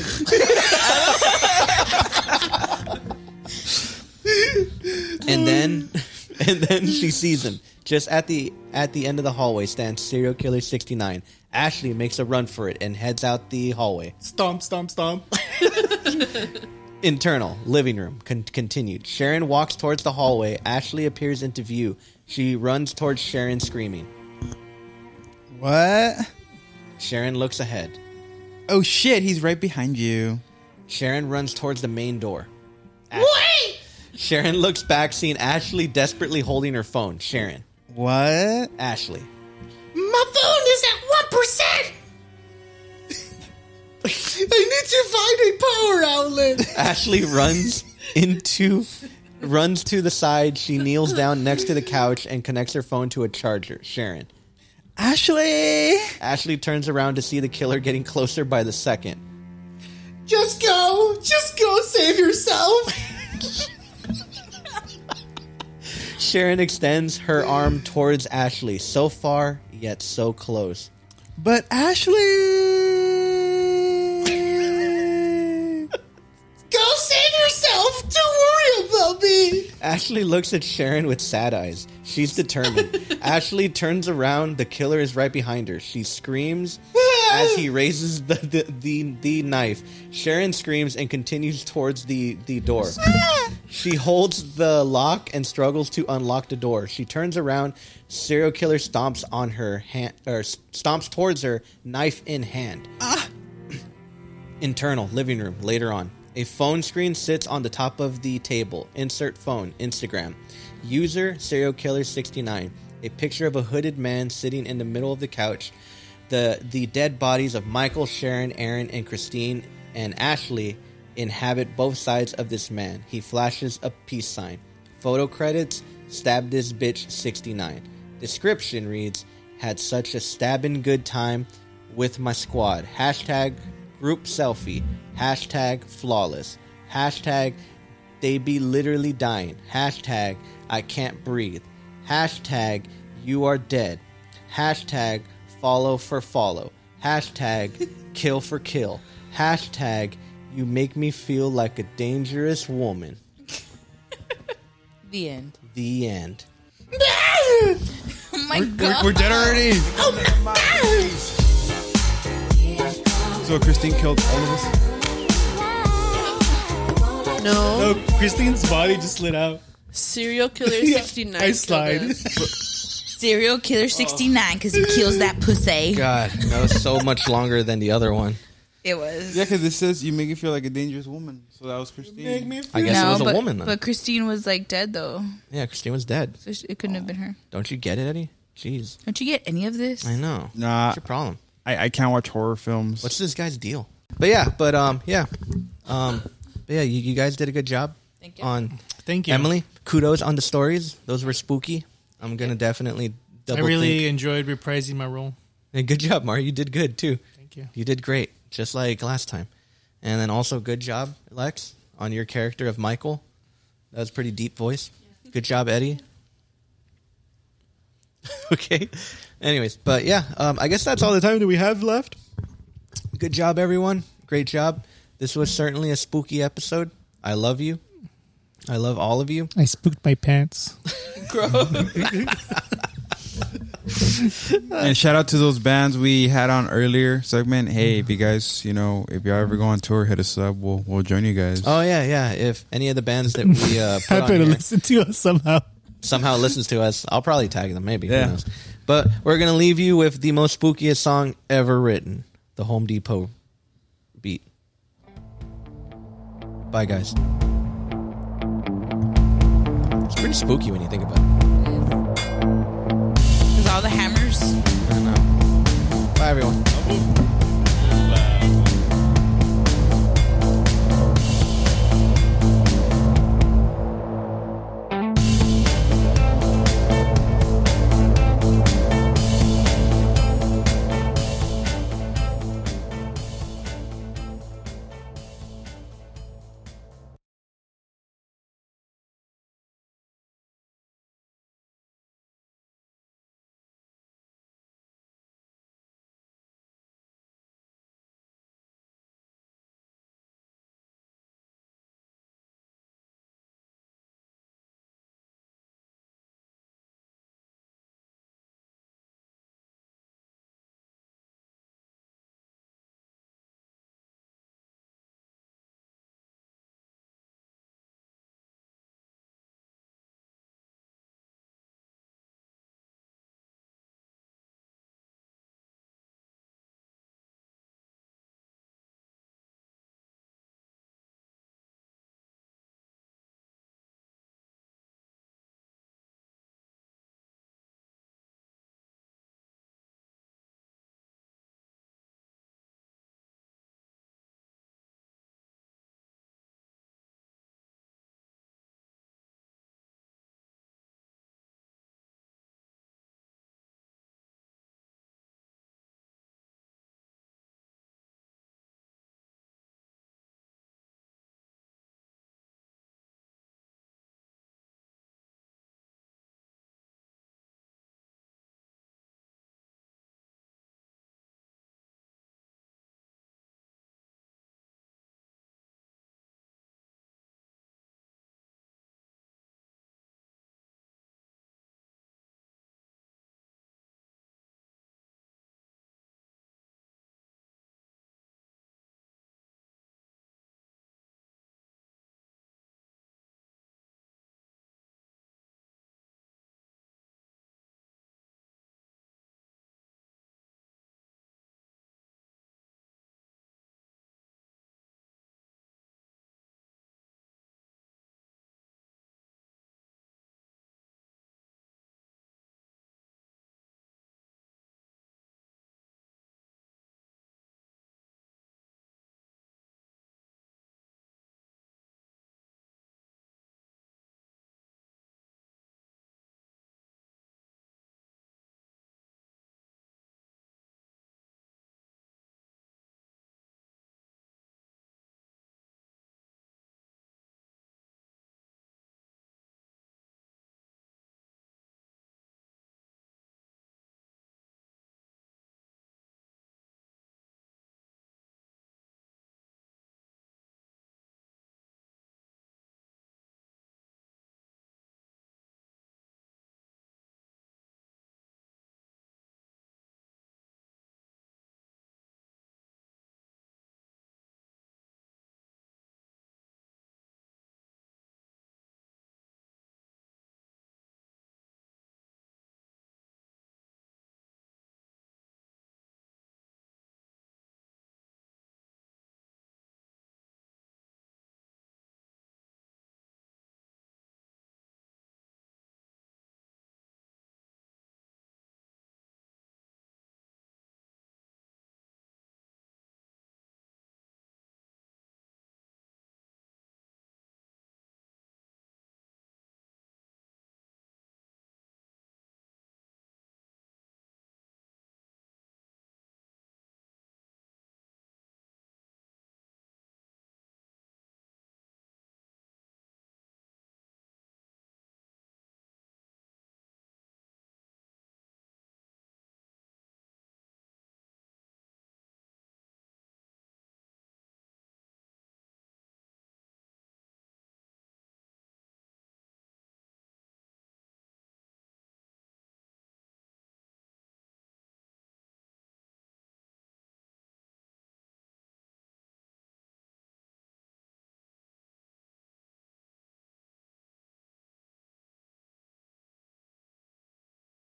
E: and then and then she sees him just at the at the end of the hallway stands serial killer 69 ashley makes a run for it and heads out the hallway
A: Stomp, stomp, stomp.
E: internal living room con- continued sharon walks towards the hallway ashley appears into view she runs towards sharon screaming
G: What?
E: sharon looks ahead
G: Oh shit, he's right behind you.
E: sharon runs towards the main door Wait! sharon looks back seeing ashley desperately holding her phone sharon
G: what
E: ashley
M: My phone is at one percent. I need to find a power outlet.
E: Ashley runs into runs to the side. She kneels down next to the couch and connects her phone to a charger. Sharon.
G: Ashley.
E: Ashley turns around to see the killer getting closer by the second.
M: Just go. Just go. Save yourself.
E: Sharon extends her arm towards Ashley, so far yet so close.
G: But Ashley.
M: go save yourself. Don't worry about me.
E: Ashley looks at Sharon with sad eyes. She's determined. Ashley turns around. The killer is right behind her. She screams as he raises the, the, the, the knife. Sharon screams and continues towards the, the door. She holds the lock and struggles to unlock the door. She turns around. Serial killer stomps on her hand, or stomps towards her, knife in hand internal living room later on. A phone screen sits on the top of the table. Insert phone, Instagram. User serial killer 69. A picture of a hooded man sitting in the middle of the couch. The the dead bodies of Michael, Sharon, Aaron, and Christine and Ashley inhabit both sides of this man. He flashes a peace sign. Photo credits, stab this bitch 69. Description reads, had such a stabbing good time with my squad. Hashtag group selfie. Hashtag flawless. Hashtag they be literally dying. Hashtag I can't breathe. Hashtag you are dead. Hashtag follow for follow. Hashtag kill for kill. Hashtag you make me feel like a dangerous woman.
H: the end.
E: The end.
H: oh my god. Oh,
G: We're dead already. So Christine killed all of us.
L: No.
A: No, Christine's body just slid out.
L: Serial killer
A: Yeah,
L: 69.
A: I slide.
L: killed us.
H: Serial
E: Oh.
H: killer 69 because he kills that pussy.
E: God, that was so much longer than the other one.
H: It was.
G: Yeah, because it says you make me feel like a dangerous woman. So that was Christine.
E: I guess it was
H: but,
E: a woman then.
H: But Christine was like dead though.
E: yeah, Christine was dead.
H: So she- it couldn't have been her.
E: Don't you get it, Eddie? Jeez.
H: Don't you get any of this?
E: I know.
G: Nah.
E: What's your problem?
G: I, I can't watch horror films.
E: What's this guy's deal? But yeah, but um, yeah, um, but yeah, you, you guys did a good job.
H: Thank you.
E: On
A: Thank you.
E: Emily. Kudos on the stories; those were spooky. I'm gonna definitely
A: I
E: double.
A: really
E: think.
A: enjoyed reprising my role.
E: Hey, good job, Mario. You did good too.
A: Thank you.
E: You did great, just like last time. And then also, good job, Lex, on your character of Michael. That was pretty deep voice. Good job, Eddie. okay. Anyways, but yeah, um, I guess that's all the time that we have left. Good job, everyone. Great job. This was certainly a spooky episode. I love you. I love all of you.
M: I spooked my pants.
G: and shout out to those bands we had on earlier segment. Hey, if you guys, you know, if y'all ever go on tour, hit us up. We'll we'll join you guys.
E: Oh yeah, yeah. If any of the bands that we uh, put on
M: Happen to
E: here
M: listen to us somehow.
E: somehow listens to us, I'll probably tag them. Maybe.
M: Yeah.
E: Who knows? But we're gonna leave you with the most spookiest song ever written, the Home Depot beat. Bye, guys. It's pretty spooky when you think about it.
H: Because all the hammers.
E: Bye, everyone.